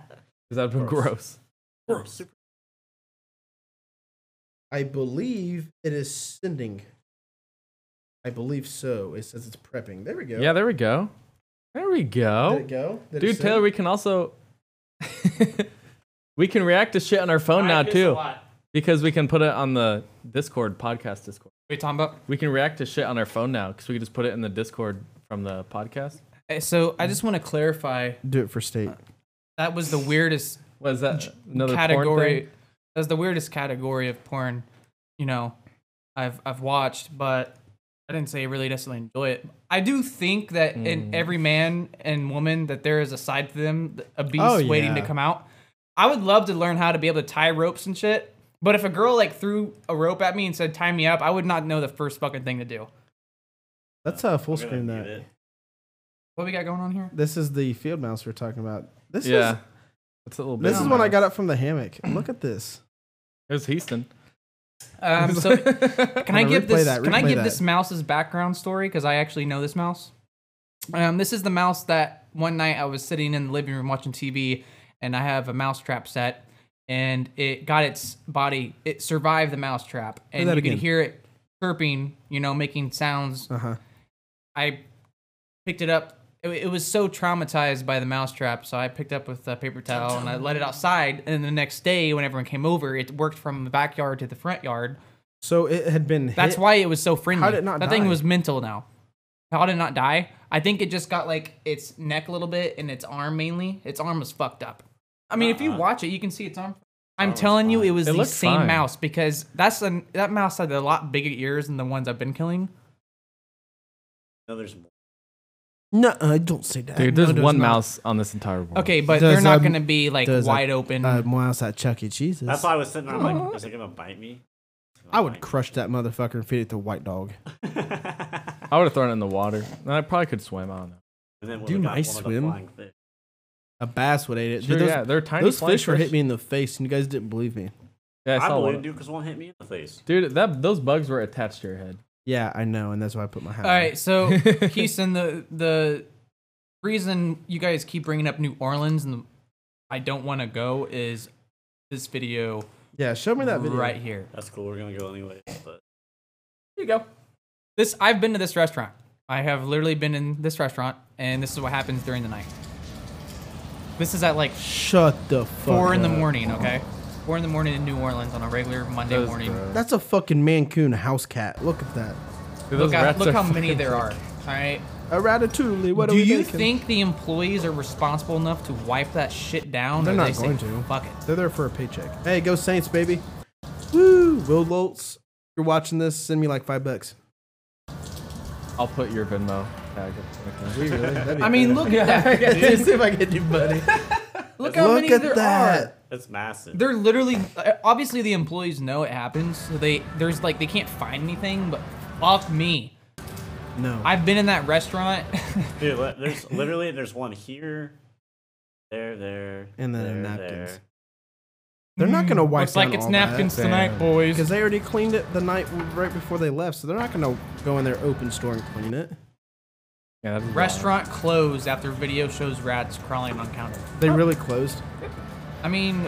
C: that'd been
D: Gross.
C: gross.
D: Super-
B: I believe it is sending. I believe so. It says it's prepping. There we go.
C: Yeah, there we go. There we
B: Did
C: go.
B: it go? Did it
C: Oh. Dude,
B: send?
C: Taylor, we can also we can react to shit on our phone now too because we can put it on the Discord podcast Discord.
A: Wait, talking about?
C: We can react to shit on our phone now because we can just put it in the Discord from the podcast.
A: Uh, So I just want to clarify.
B: do it for state.
A: That was the weirdest
C: What is that? Another porn
A: category.
C: thing?
A: That was the weirdest category of porn. You know, I've I've watched, but I didn't say I really necessarily enjoy it. I do think that in every man and woman that there is a side to them, a beast
B: Oh,
A: waiting to
B: yeah.
A: come out. I would love to learn how to be able to tie ropes and shit. But if a girl like threw a rope at me and said tie me up, I would not know the first fucking thing to do.
B: Let's uh, full
D: I'm gonna
B: screen
D: mute
B: that.
D: it.
A: What we got going on here?
B: This is the field mouse we're talking about. This
C: Yeah.
B: is
C: It's a little
B: this
C: bit
B: is when I got up from the hammock. Look at this.
C: It was Houston.
A: Um, so Can I
B: Hold on,
A: give
B: replay
A: this?
B: that,
A: Can I
B: replay
A: give
B: that.
A: this mouse's background story? Because I actually know this mouse. Um, this is the mouse that one night I was sitting in the living room watching TV, and I have a mouse trap set, and it got its body. It survived the mouse trap, and
B: that
A: you
B: again.
A: could hear it chirping. You know, making sounds.
B: Uh huh.
C: Uh-huh.
A: I picked it up. It, it was so traumatized by the mousetrap, so I picked up with a paper towel and I let it outside. And the next day, when everyone came over, it worked from the backyard to the front yard.
B: So it had been.
A: That's
B: hit.
A: why it was so friendly.
B: How did it not
A: that
B: die?
A: thing was mental now. How did it not die? I think it just got like its neck a little bit and its arm mainly. Its arm was fucked up. I mean, if you
B: Uh-uh.
A: watch it, you can see its arm. I'm telling you, it was
C: It
A: the
C: looked
A: same
C: fine.
A: mouse because that's an, that mouse had a lot bigger ears than the ones I've been killing.
D: No, there's more.
B: No, uh, don't say that.
C: Dude, there's
B: No,
C: one
B: not.
C: mouse on this entire world.
A: Okay, but
B: Does,
A: they're not
B: um,
A: going to be like
B: does,
A: wide
B: like,
A: open.
B: Uh, mouse at Chuck E. Cheese's.
D: That's why I was sitting there. I'm like, is it gonna bite me?
B: I would crush that motherfucker and feed it to White Dog.
C: I would have thrown it in the water. And I probably could swim. I don't know.
D: And then we'll
B: Do
D: look up
B: mice
D: one of the
B: swim?
D: flying fish.
B: A bass would eat it. Dude,
C: Sure,
B: those
C: yeah, they're tiny.
B: those
C: flying
B: fish were hit me in the face, and you guys didn't believe me.
C: Yeah, I,
D: I
C: saw
D: believe
C: one.
D: dude, because one hit me in the face.
C: Dude, that those bugs were attached to your head.
B: Yeah, I know, and that's why I put my hat.
A: All right, so Houston, the the reason you guys keep bringing up New Orleans and I don't want to go is this video,
B: Yeah, show me that video.
A: right here.
D: That's cool. We're gonna go anyway. But
A: Here you go. This I've been to this restaurant. I have literally been in this restaurant, and this is what happens during the night. This is at like
B: Shut the fuck.
A: four in the
B: up.
A: morning. Okay, four in the morning in New Orleans on a regular Monday
C: Those
A: morning.
C: bros.
B: That's a fucking Mancoon house cat. Look at that.
C: Dude, those
A: Look, out,
C: rats
A: look
C: are
A: how many there are. All right.
B: A ratatouille. What
A: Do
B: are we
A: you
B: making?
A: think the employees are responsible enough to wipe that shit down?
B: They're
A: or
B: not
A: they say,
B: going to.
A: Fuck it.
B: They're there for a paycheck. Hey, go Saints, baby. Woo! Will Loltz, if you're watching this, send me like five bucks.
C: I'll put your Venmo tag. up right there.
B: Really? That'd be
A: I mean, look at that.
B: better. see if I can do money.
A: Look how
B: Look
A: many
B: at
A: there are.
B: that.
D: it's massive.
A: They're literally, uh, obviously, the employees know it happens. So they, there's like, they can't find anything. But fuck me,
B: No.
A: I've been in that restaurant.
D: Dude, li- there's literally there's one here, there, there,
B: And then
D: there,
B: napkins.
D: there.
B: They're not gonna
A: Mm,
B: wipe
A: Looks like it's napkins tonight, boys.
B: because they already cleaned it the night right before they left, so they're not gonna go in their open store and clean it.
C: Yeah, that's wild.
A: Restaurant closed after video shows rats crawling on counter.
B: They really closed.
A: I mean,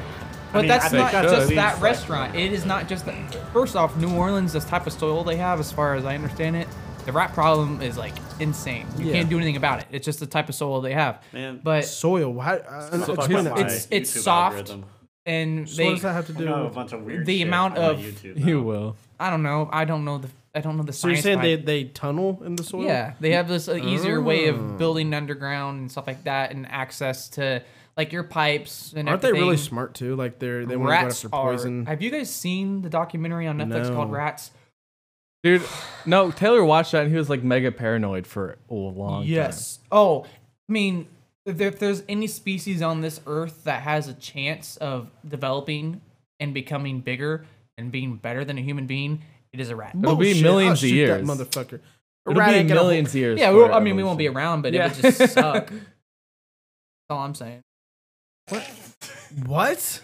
A: but
D: mean, I
A: that's
D: think
A: not
D: that's
A: just
D: at
A: that
D: least, like-
A: restaurant. It is not just that. First off, New Orleans, this type of soil they have, as far as I understand it, the rat problem is like insane. You
B: Yeah.
A: can't do anything about it. It's just the type of soil they have.
D: Man.
A: But
B: Soil. Why? Uh,
D: Fuck
B: explain
D: my
B: that.
A: It's- it's
D: YouTube
A: soft.
D: algorithm.
A: and
B: so what
A: they,
B: does that have to
D: I
B: do?
D: know a
B: with,
D: bunch of weird
A: the
D: shit
A: amount
D: on
A: of-
D: YouTube.
C: You will.
A: I don't know. I don't know the. I don't know the
B: so you're
A: science.
B: saying they,
A: behind-
B: they tunnel in the soil?
A: yeah, they have this uh, easier way
B: Oh.
A: of building underground and stuff like that, and access to like your pipes and
B: Aren't they
A: everything.
B: really smart too? Like they're they want to go
A: Rats
B: after
A: are.
B: poison.
A: Have you guys seen the documentary on Netflix called
B: No.
A: Rats?
C: Dude, no, Taylor watched that and he was like mega paranoid for a long
A: Yes. Oh, I mean, if if there's any species on this earth that has a chance of developing and becoming bigger and being better than a human being, it is a rat.
C: It'll be
B: Bullshit.
C: millions
B: I'll
C: of
B: Oh, shoot That
C: years.
B: motherfucker. A
C: time. It'll
B: rat
C: be
B: ain't gonna
C: millions of years.
A: yeah,
C: for
A: we'll, I mean, we won't be
C: evolution.
A: around, but it would
C: Yeah.
A: just suck. That's all I'm saying.
B: hold- What?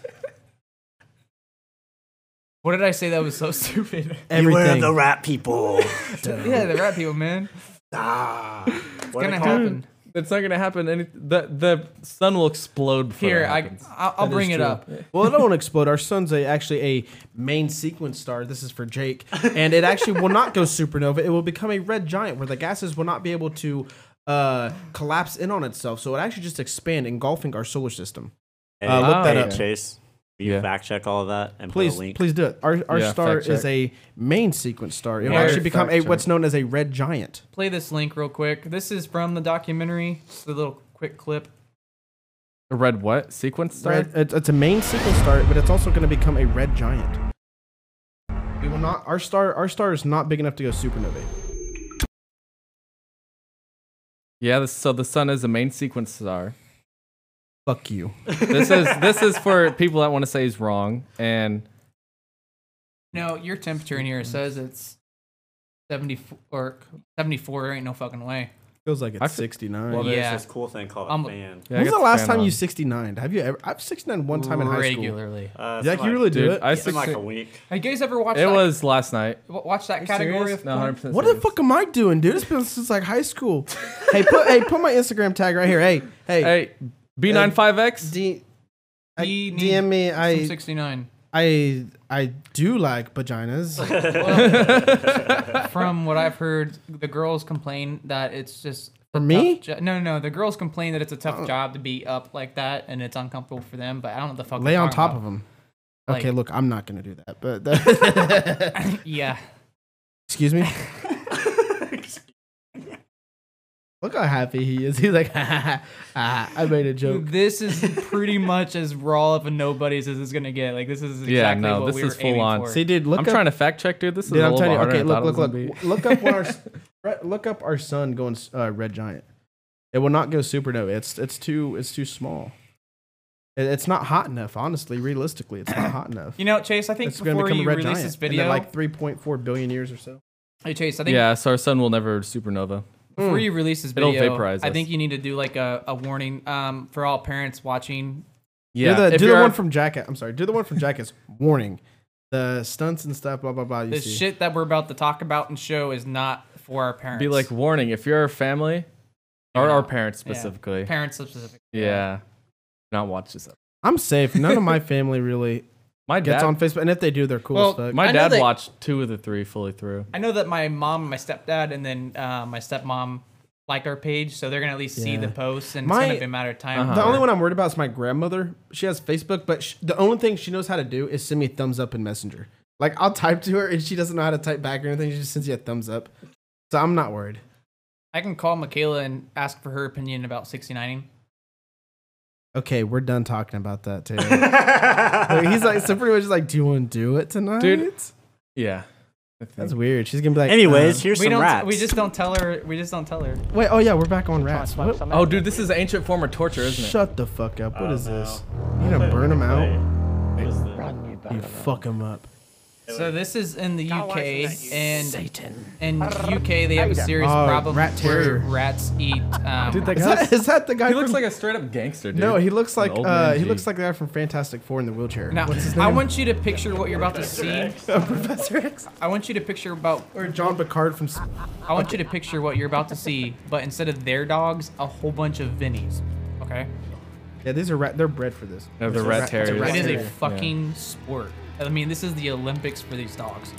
A: What did I say that was so stupid?
B: Everything.
F: rat people.
A: yeah, the rat people, man.
D: Ah, it's
A: Gonna happen.
C: It's not gonna happen. Any the the sun will explode. Before
A: Here,
C: that
A: I,
C: happens.
A: I'll, I'll
B: That is
A: bring it
B: true.
A: up.
B: Well, it won't explode. Our sun's a, actually a main sequence star. This is for Jake, and it actually will not go supernova. It will become a red giant where the gases will not be able to uh, collapse in on itself. So it actually just expand, engulfing our solar system.
D: Hey,
B: Uh,
C: look that
D: hey,
C: up.
D: Chase. will You
C: Yeah.
D: fact check all of that and
B: Please,
D: put a link.
B: please do it. Our our
C: Yeah,
B: star
C: fact check.
B: is a main sequence star. It will
A: Yeah,
B: actually become a
C: fact check.
B: what's known as a red giant.
A: Play this link real quick. This is from the documentary. Just a little quick clip.
C: a red what sequence
B: Red,
C: start?
B: it's, it's a main sequence star, but it's also going to become a red giant. We will not. Our star, our star is not big enough to go supernova.
C: Yeah. This, so the sun is the main sequence star.
B: Fuck you.
C: This is this is for people that want to say he's wrong. And
A: No, your temperature in here says it's 74 or 74 ain't no fucking way.
B: Feels like it's
C: I f-
B: 69.
D: Well, there's
A: Yeah.
D: this cool thing called
A: I'm-
D: a fan.
C: yeah, I
B: When's
C: got
B: the last
C: fan
B: time
C: on.
B: you 69? Have you ever? I've 69 one time in high school.
A: regularly.
D: Uh, it's
B: Yeah,
D: been
B: you
D: like-
B: really do
C: Dude,
B: it.
C: I
D: It's been like a
C: six-
D: week.
A: Have you guys ever watched
C: It
A: that,
C: was last night.
A: wa- watch that
C: You
A: category
C: serious?
A: of
C: no,
A: porn?
C: 100%
B: What the
C: serious.
B: fuck am I doing, dude? It's been since like high school. hey, put hey, put my Instagram tag right here. Hey, hey,
C: Hey, B95X.
B: Uh, D, I,
A: He needs
B: DM me.
A: some
B: I
A: 69
B: I I do like vaginas.
A: from what I've heard the girls complain that it's just
B: For me? Oh.
A: tough jo- no, no, the girls complain that it's a tough job to be up like that and it's uncomfortable for them, but I don't know what the fuck
B: Lay
A: they're
B: on
A: talking
B: top
A: about.
B: of them.
A: Like-
B: okay, look, I'm not gonna do that. But that,
A: Yeah.
B: excuse me. Look how happy he is. He's like, ah, I made a joke.
A: This is pretty much as raw of a nobody's as it's going to get. Like this is exactly
C: Yeah, no,
A: what
C: this
A: we were
C: is full
A: aiming
C: on.
A: for.
B: See, dude, look
C: I'm
B: up-
C: trying to fact check, dude. This is
B: Dude,
C: a
B: I'm
C: little
B: telling you.
C: harder
B: Okay,
C: than I
B: look,
C: thought it
B: look,
C: was
B: look,
C: gonna be.
B: look up what our s- re- look up our sun going uh, red giant. It will not go supernova. It's it's too it's too small. It- It's not hot enough. Honestly, realistically, it's not hot enough.
A: You know, Chase, I think
B: It's going to
A: before
B: become a
A: you
B: red
A: release
B: giant
A: this
B: in
A: video,
B: like 3.4 billion years or so.
A: hey Chase, I think
C: Yeah, so our sun will never supernova.
A: before you release this
C: It'll
A: video,
C: vaporize
A: I
C: us.
A: think you need to do like a, a warning um, for all parents watching.
C: Yeah,
B: do the,
C: if
B: do the
C: you're-
B: one from Jacket. I'm sorry. Do the one from Jacket's warning. The stunts and stuff, blah blah blah. You
A: The
B: see.
A: shit that we're about to talk about and show is not for our parents.
C: be like warning if you're a family or our parents
A: Yeah.
C: specifically. Yeah,
A: parents specific.
C: not watch this.
B: I'm safe. None of my family really
C: My
B: gets
C: dad,
B: on Facebook, and if they do, they're cool
A: Well,
B: as fuck.
A: I
C: my
A: know
C: dad
A: that-
C: watched two of the three fully through.
A: I know that my mom, and my stepdad, and then uh, my stepmom like our page, so they're gonna at least see
B: Yeah.
A: the posts, and
B: My-
A: it's gonna be a matter of time.
C: Uh-huh.
B: the only one I'm worried about is my grandmother. She has Facebook, but sh the only thing she knows how to do is send me thumbs up in Messenger. Like I'll type to her, and she doesn't know how to type back or anything. She just sends you a thumbs up. So I'm not worried.
A: I can call Michaela and ask for her opinion about 69ing.
B: Okay, we're done talking about that too. he's like, so pretty much he's like, do you want to do it tonight,
C: Dude, Yeah. I think.
B: That's weird. She's gonna be like,
D: Anyways,
B: uh,
D: here's
A: We
D: some
A: don't.
D: rats.
A: We just don't tell her. We just don't tell her.
B: wait. Oh yeah, we're back on rats. What-
C: oh, dude, this is ancient form of torture, isn't it?
B: Shut the fuck up. What
D: Oh,
B: is
D: no.
B: this? You gonna burn them out?
D: What is this?
B: You fuck them up.
A: So this is in the UK, and in UK they have a serious
B: Oh,
A: problem
B: rat
A: where
B: terror.
A: rats eat. Um,
B: Is that, is that the guy?
C: He looks
B: from-
C: like a straight up gangster, dude.
B: no. He looks
C: An
B: like
C: old
B: uh,
C: man
B: he
C: G.
B: looks like the guy from Fantastic Four in the wheelchair.
A: now, I want you to picture what you're about to see.
B: Professor X
A: I want you to picture about.
B: or John Picard from. Sp-
A: I want you to picture what you're about to see, but instead of their dogs, a whole bunch of Vinnies. Okay.
B: Yeah, these are rat. They're bred for this.
C: No, they're
B: It's
C: rat
B: a rat- it's a
C: terriers.
B: rat
A: It is a
B: terrier.
A: fucking sport. I mean, this is the Olympics for these dogs.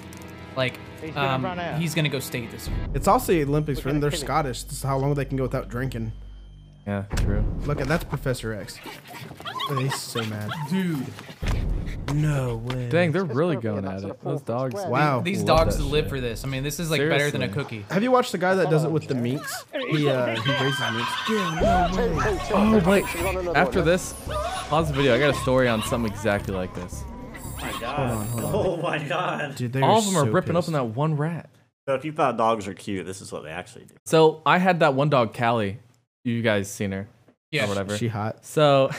A: Like, he's gonna, um, he's gonna go state this year.
B: It's also the Olympics for them. They're Scottish. This is how long they can go without drinking.
C: Yeah, true.
B: Look at that's Professor X. Oh, he's so mad.
A: Dude,
B: No way.
C: Dang, they're really going at it. Those dogs.
B: Wow.
A: these
C: Love
A: dogs
C: that
A: live
C: shit.
A: for this. I mean, this is like better than a
C: Seriously.
A: cookie.
B: Have you watched the guy that does it with the minks? He uh, he raises minks.
C: Oh wait. After this, pause the video. I got a story on something exactly like this.
D: Oh my god.
B: Dude, they
C: All of them are
B: so
C: ripping
B: pissed.
C: open that one rat.
D: So if you thought dogs are cute, this is what they actually do.
C: So I had that one dog, Callie. You guys seen her
A: Yeah.
C: or whatever.
B: She hot.
C: So,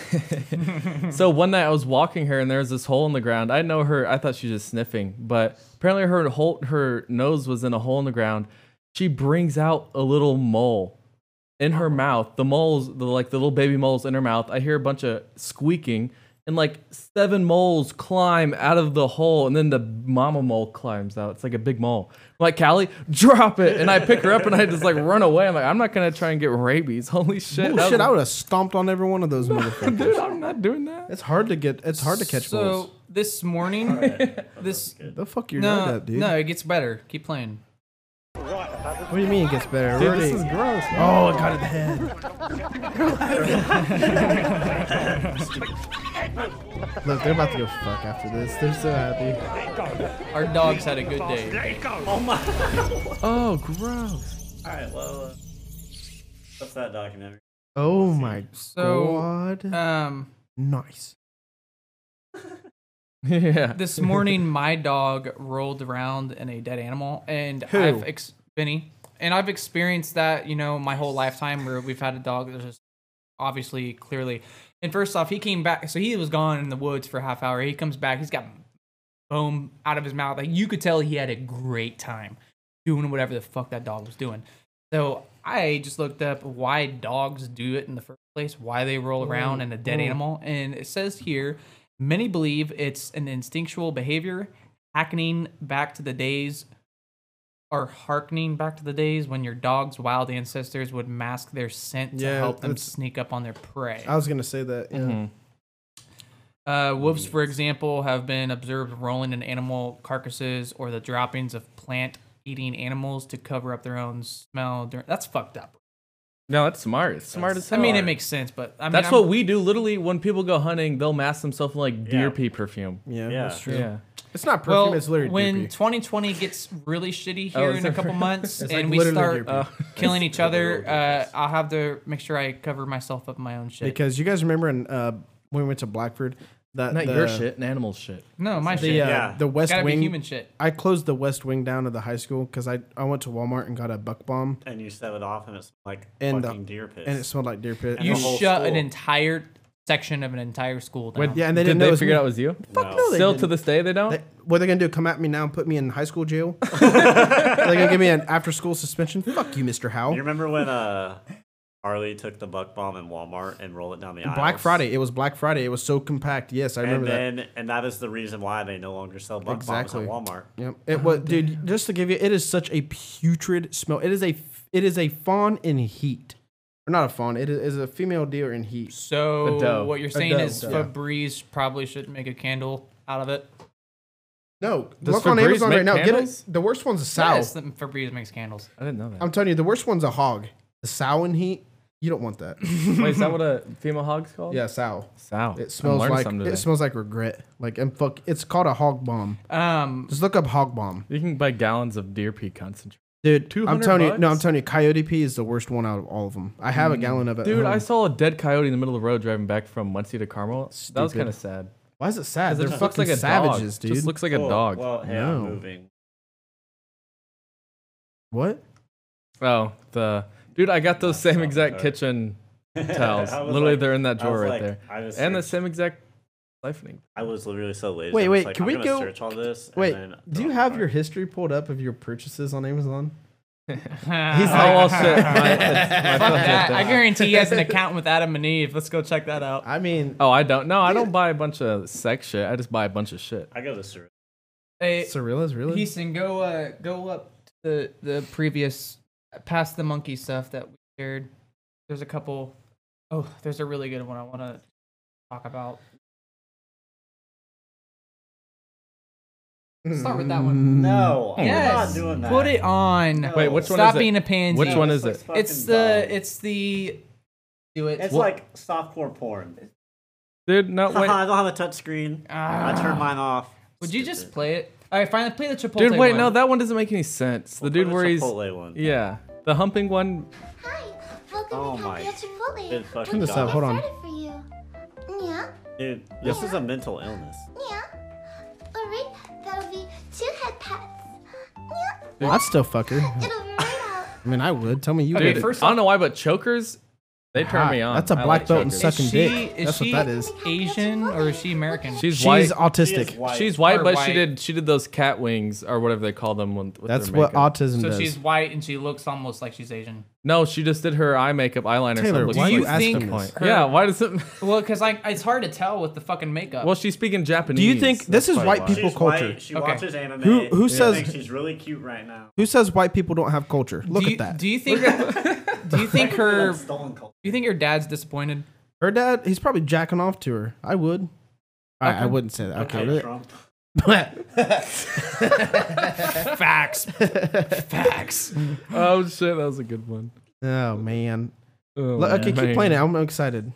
C: so one night I was walking her and there was this hole in the ground. I know her. I thought she was just sniffing, but apparently her hole, her nose was in a hole in the ground. She brings out a little mole in her
B: Uh-huh.
C: mouth. The moles, the like the little baby moles in her mouth. I hear a bunch of squeaking and like seven moles climb out of the hole and then the mama mole climbs out. It's like a big mole. I'm like Callie, drop it. And I pick her up and I just like run away. I'm like, I'm not gonna try and get rabies. Holy shit. that
B: Oh
C: was
B: shit!
C: a-
B: I would have stomped on every one of those motherfuckers.
C: Dude, I'm not doing that.
B: It's hard to get. It's hard to catch
A: so
B: balls.
A: this morning, this
B: The fuck your
A: no,
B: nut up, dude.
A: no, it gets better. Keep playing.
B: What do you mean it gets better? We're already-
C: gross.
B: oh, I got it. Head. Look, they're about to go fuck after this. They're so happy.
A: Our dogs had a good day.
C: Oh, gross.
D: All right, well, uh, what's that documentary?
B: Oh my
A: So,
B: god.
A: Um,
B: nice.
C: yeah.
A: this morning my dog rolled around in a dead animal, and
B: Who?
A: I've ex- Benny, and I've experienced that you know my whole lifetime where we've had a dog that's just obviously clearly. And first off, he came back, so he was gone in the woods for a half hour. He comes back, he's got foam out of his mouth. Like you could tell he had a great time doing whatever the fuck that dog was doing. So I just looked up why dogs do it in the first place, why they roll
B: Mm,
A: around in a dead animal, and it says here many believe it's an instinctual behavior, hackening back to the days or harkening back to the days when your dog's wild ancestors would mask their scent to
B: Yeah,
A: help them
B: that's-
A: sneak up on their prey.
B: I was gonna say that. Yeah.
C: Mm-hmm.
A: Uh, wolves, for example, have been observed rolling in animal carcasses or the droppings of plant-eating animals to cover up their own smell. During- That's fucked up.
C: No, that's smart. It's smart as
A: I
C: hell.
A: mean, it makes sense, but I mean,
C: That's
A: I'm-
C: what we do. Literally, when people go hunting, they'll mask themselves in like deer
D: Yeah.
C: pee perfume.
B: Yeah,
D: Yeah.
B: that's true.
C: Yeah.
B: It's not perfume.
A: Well,
B: it's literally
A: when
B: doopey.
A: 2020 gets really shitty
C: Oh,
A: here
C: is
A: in a
C: that
A: couple
C: right?
A: months, and
B: like
A: we
B: literally
A: start
B: deer pee.
A: uh, killing each other, uh, I'll have to make sure I cover myself up in my own shit.
B: because you guys remember in, uh, when we went to Blackford, That
C: Not your
B: the-
C: shit, an animal's shit.
A: No, my
B: The,
A: shit.
B: uh,
D: Yeah.
B: the
A: it's
B: West
A: gotta
B: Wing.
A: be human shit.
B: I closed the West Wing down of the high school because I, I went to Walmart and got a buck bomb
D: and you set it off, and it's like
B: And the-
D: fucking deer piss.
B: and it smelled like deer piss.
D: And
A: You
D: the whole
A: shut an
D: school.
A: entire section of an entire school down.
B: yeah, and they
C: Did
B: didn't know it
C: they
B: was
C: figure
B: me.
C: out it was you?
B: Fuck no, they
C: Still to
B: didn't.
C: this day, they don't.
B: They- what they're gonna do? Come at me now and put me in high school jail? they're gonna give me an after-school suspension? Fuck you, Mister
D: you
B: Howell.
D: remember when uh, Harley took the buck bomb in Walmart and rolled it down the aisle?
B: Black Friday. It was Black Friday. It was so compact. Yes, I
D: And
B: remember that.
D: then, and that is the reason why they no longer sell buck
B: Exactly.
D: bombs at Walmart.
B: Yep. It was, dude. Just to give you, it is such a putrid smell. It is a it is a fawn in heat, or not a fawn. It is a female deer in heat.
C: A doe.
A: So what you're saying
B: doe,
A: is
B: yeah.
A: Febreze probably should make a candle out of it.
B: No,
C: Does
B: look on
C: Febreze
B: Amazon
C: make
B: right now. Get it.
C: candles?
B: The worst one's a sow.
A: Yes, that Febreze makes candles.
C: I didn't know that.
B: I'm telling you, the worst one's a hog. The sow in heat. You don't want that.
C: Wait, is that what a female hog's called?
B: yeah, sow.
C: Sow. I'm
B: It smells
C: learning
B: like
C: something
B: it
C: today.
B: smells like regret. Like and fuck, it's called a hog bomb.
A: Um,
B: Just look up hog bomb,
C: You can buy gallons of deer pee concentrate.
B: dude. I'm
C: 200
B: telling you, no, I'm
C: bucks?
B: telling you, coyote pee is the worst one out of all of them. I have a gallon of it. at
C: Dude, I
B: home.
C: saw a dead coyote in the middle of the road driving back from Muncie to Carmel. That was
B: Stupid.
C: kind of sad.
B: why is it sad?
C: 'Cause it
B: They're
C: just looks
B: fucking
C: like a
B: savages,
C: dog.
B: dude.
C: Just looks like a
D: Cool.
C: dog.
D: Well, hey, I'm
B: No.
D: moving.
B: what?
C: oh, the dude, I got those
D: Ah,
C: same
D: sorry,
C: exact
D: sorry.
C: kitchen towels.
D: I was
C: Literally,
D: like-
C: they're in that
D: I
C: drawer
D: was
C: right
D: like-
C: there,
D: I was
C: and the
D: search-
C: same exact siphoning.
D: I was literally so lazy.
B: Wait,
D: I was
B: wait,
D: like,
B: can
D: I'm
B: we
D: gonna
B: go-
D: Search all this. and
B: Wait,
D: then
B: do
D: throw
B: you
D: it
B: have
D: apart.
B: your history pulled up of your purchases on Amazon?
A: he's
C: oh well, shit. My,
A: Fuck
C: my phone's right
A: that.
C: there.
A: I guarantee he has an account with Adam and Eve. Let's go check that out.
B: I mean,
C: Oh, I don't. No, I don't buy a bunch of sex shit. I just buy a bunch of shit.
D: I go to Sur-
A: Hey,
B: Cirilla's really?
A: Houston, go uh, go up to the the previous past the monkey stuff that we shared. There's a couple. Oh, there's a really good one I want to talk about. Let's start with that one.
D: No,
C: Hmm.
D: I'm
A: Yes.
D: not doing that.
A: Put it on.
B: Oh,
D: No.
C: Wait, Mm, which one
A: Stop
C: is it?
A: being a pansy.
C: Which
D: No,
C: one
D: this
C: is
D: looks
C: it?
D: fucking
A: It's the.
D: dumb.
A: It's the. Do it.
D: It's
C: What-
D: like softcore porn.
C: Dude, no
D: Haha,
C: wait.
D: I don't have a touchscreen. I
C: Ah.
D: turned mine off.
A: Would you just
D: Stupid.
A: play it? All right, finally play the Chipotle.
C: Dude, wait, no,
A: one.
C: that one doesn't make any sense. The
D: We'll
C: dude
D: put a
C: where he's
D: Chipotle one.
C: yeah, the humping one.
E: Hi, welcome
D: Oh
E: to
D: my
E: Happy El Chipotle.
D: good
E: We're
D: fucking
E: just
B: God.
E: getting
B: Hold on.
E: started for you. Yeah,
D: Dude, this is a mental illness.
E: yeah. All right, that'll be two head pats. Yeah,
B: I'd still fuck her.
E: it'll be right out.
B: I mean, I would. Tell me you
C: Dude,
B: would.
A: first
C: I don't know why, but chokers, they turn
B: Ah,
C: me on.
B: That's a
C: I
B: black
C: like
B: belt and
C: chokers.
B: sucking
A: Is
B: dick.
A: she- is
B: That's
A: she-
B: what that is.
A: Asian or is she American?
C: She's,
B: She's
C: white.
D: She
B: autistic.
D: is white.
C: she's white,
A: Or
C: but she
A: white.
C: did she did those cat wings or whatever they call them. When, with
B: That's
C: her
B: what
C: makeup.
B: autism
A: So
B: does.
A: she's white and she looks almost like she's Asian.
C: No, she just did her eye makeup, eyeliner. so it
B: Taylor,
C: looks
B: why
C: like
B: you
C: it's
B: ask
C: the
B: him
C: point.
A: this?
C: Yeah, why does it?
A: Well, because like it's hard to tell with the fucking makeup.
C: Well, she's speaking Japanese.
B: Do you think this is
C: probably
B: white
C: why.
B: people
D: She's
B: culture?
D: White. She
A: Okay.
D: watches anime.
B: Who- who
D: She
B: says-
D: thinks she's really cute right now?
B: Who says white people don't have culture? Look
A: do you,
B: at that.
A: Do you think? do you think her?
D: That's stolen culture.
A: Do you think your dad's disappointed?
B: Her dad, he's probably jacking off to her. I would. I, I wouldn't say that. Okay,
D: Okay,
B: really.
D: Trump.
A: Facts. Facts.
C: Oh shit, that was a good one.
B: Oh man.
C: Oh,
B: Look- okay,
C: man.
B: keep playing it. I'm excited.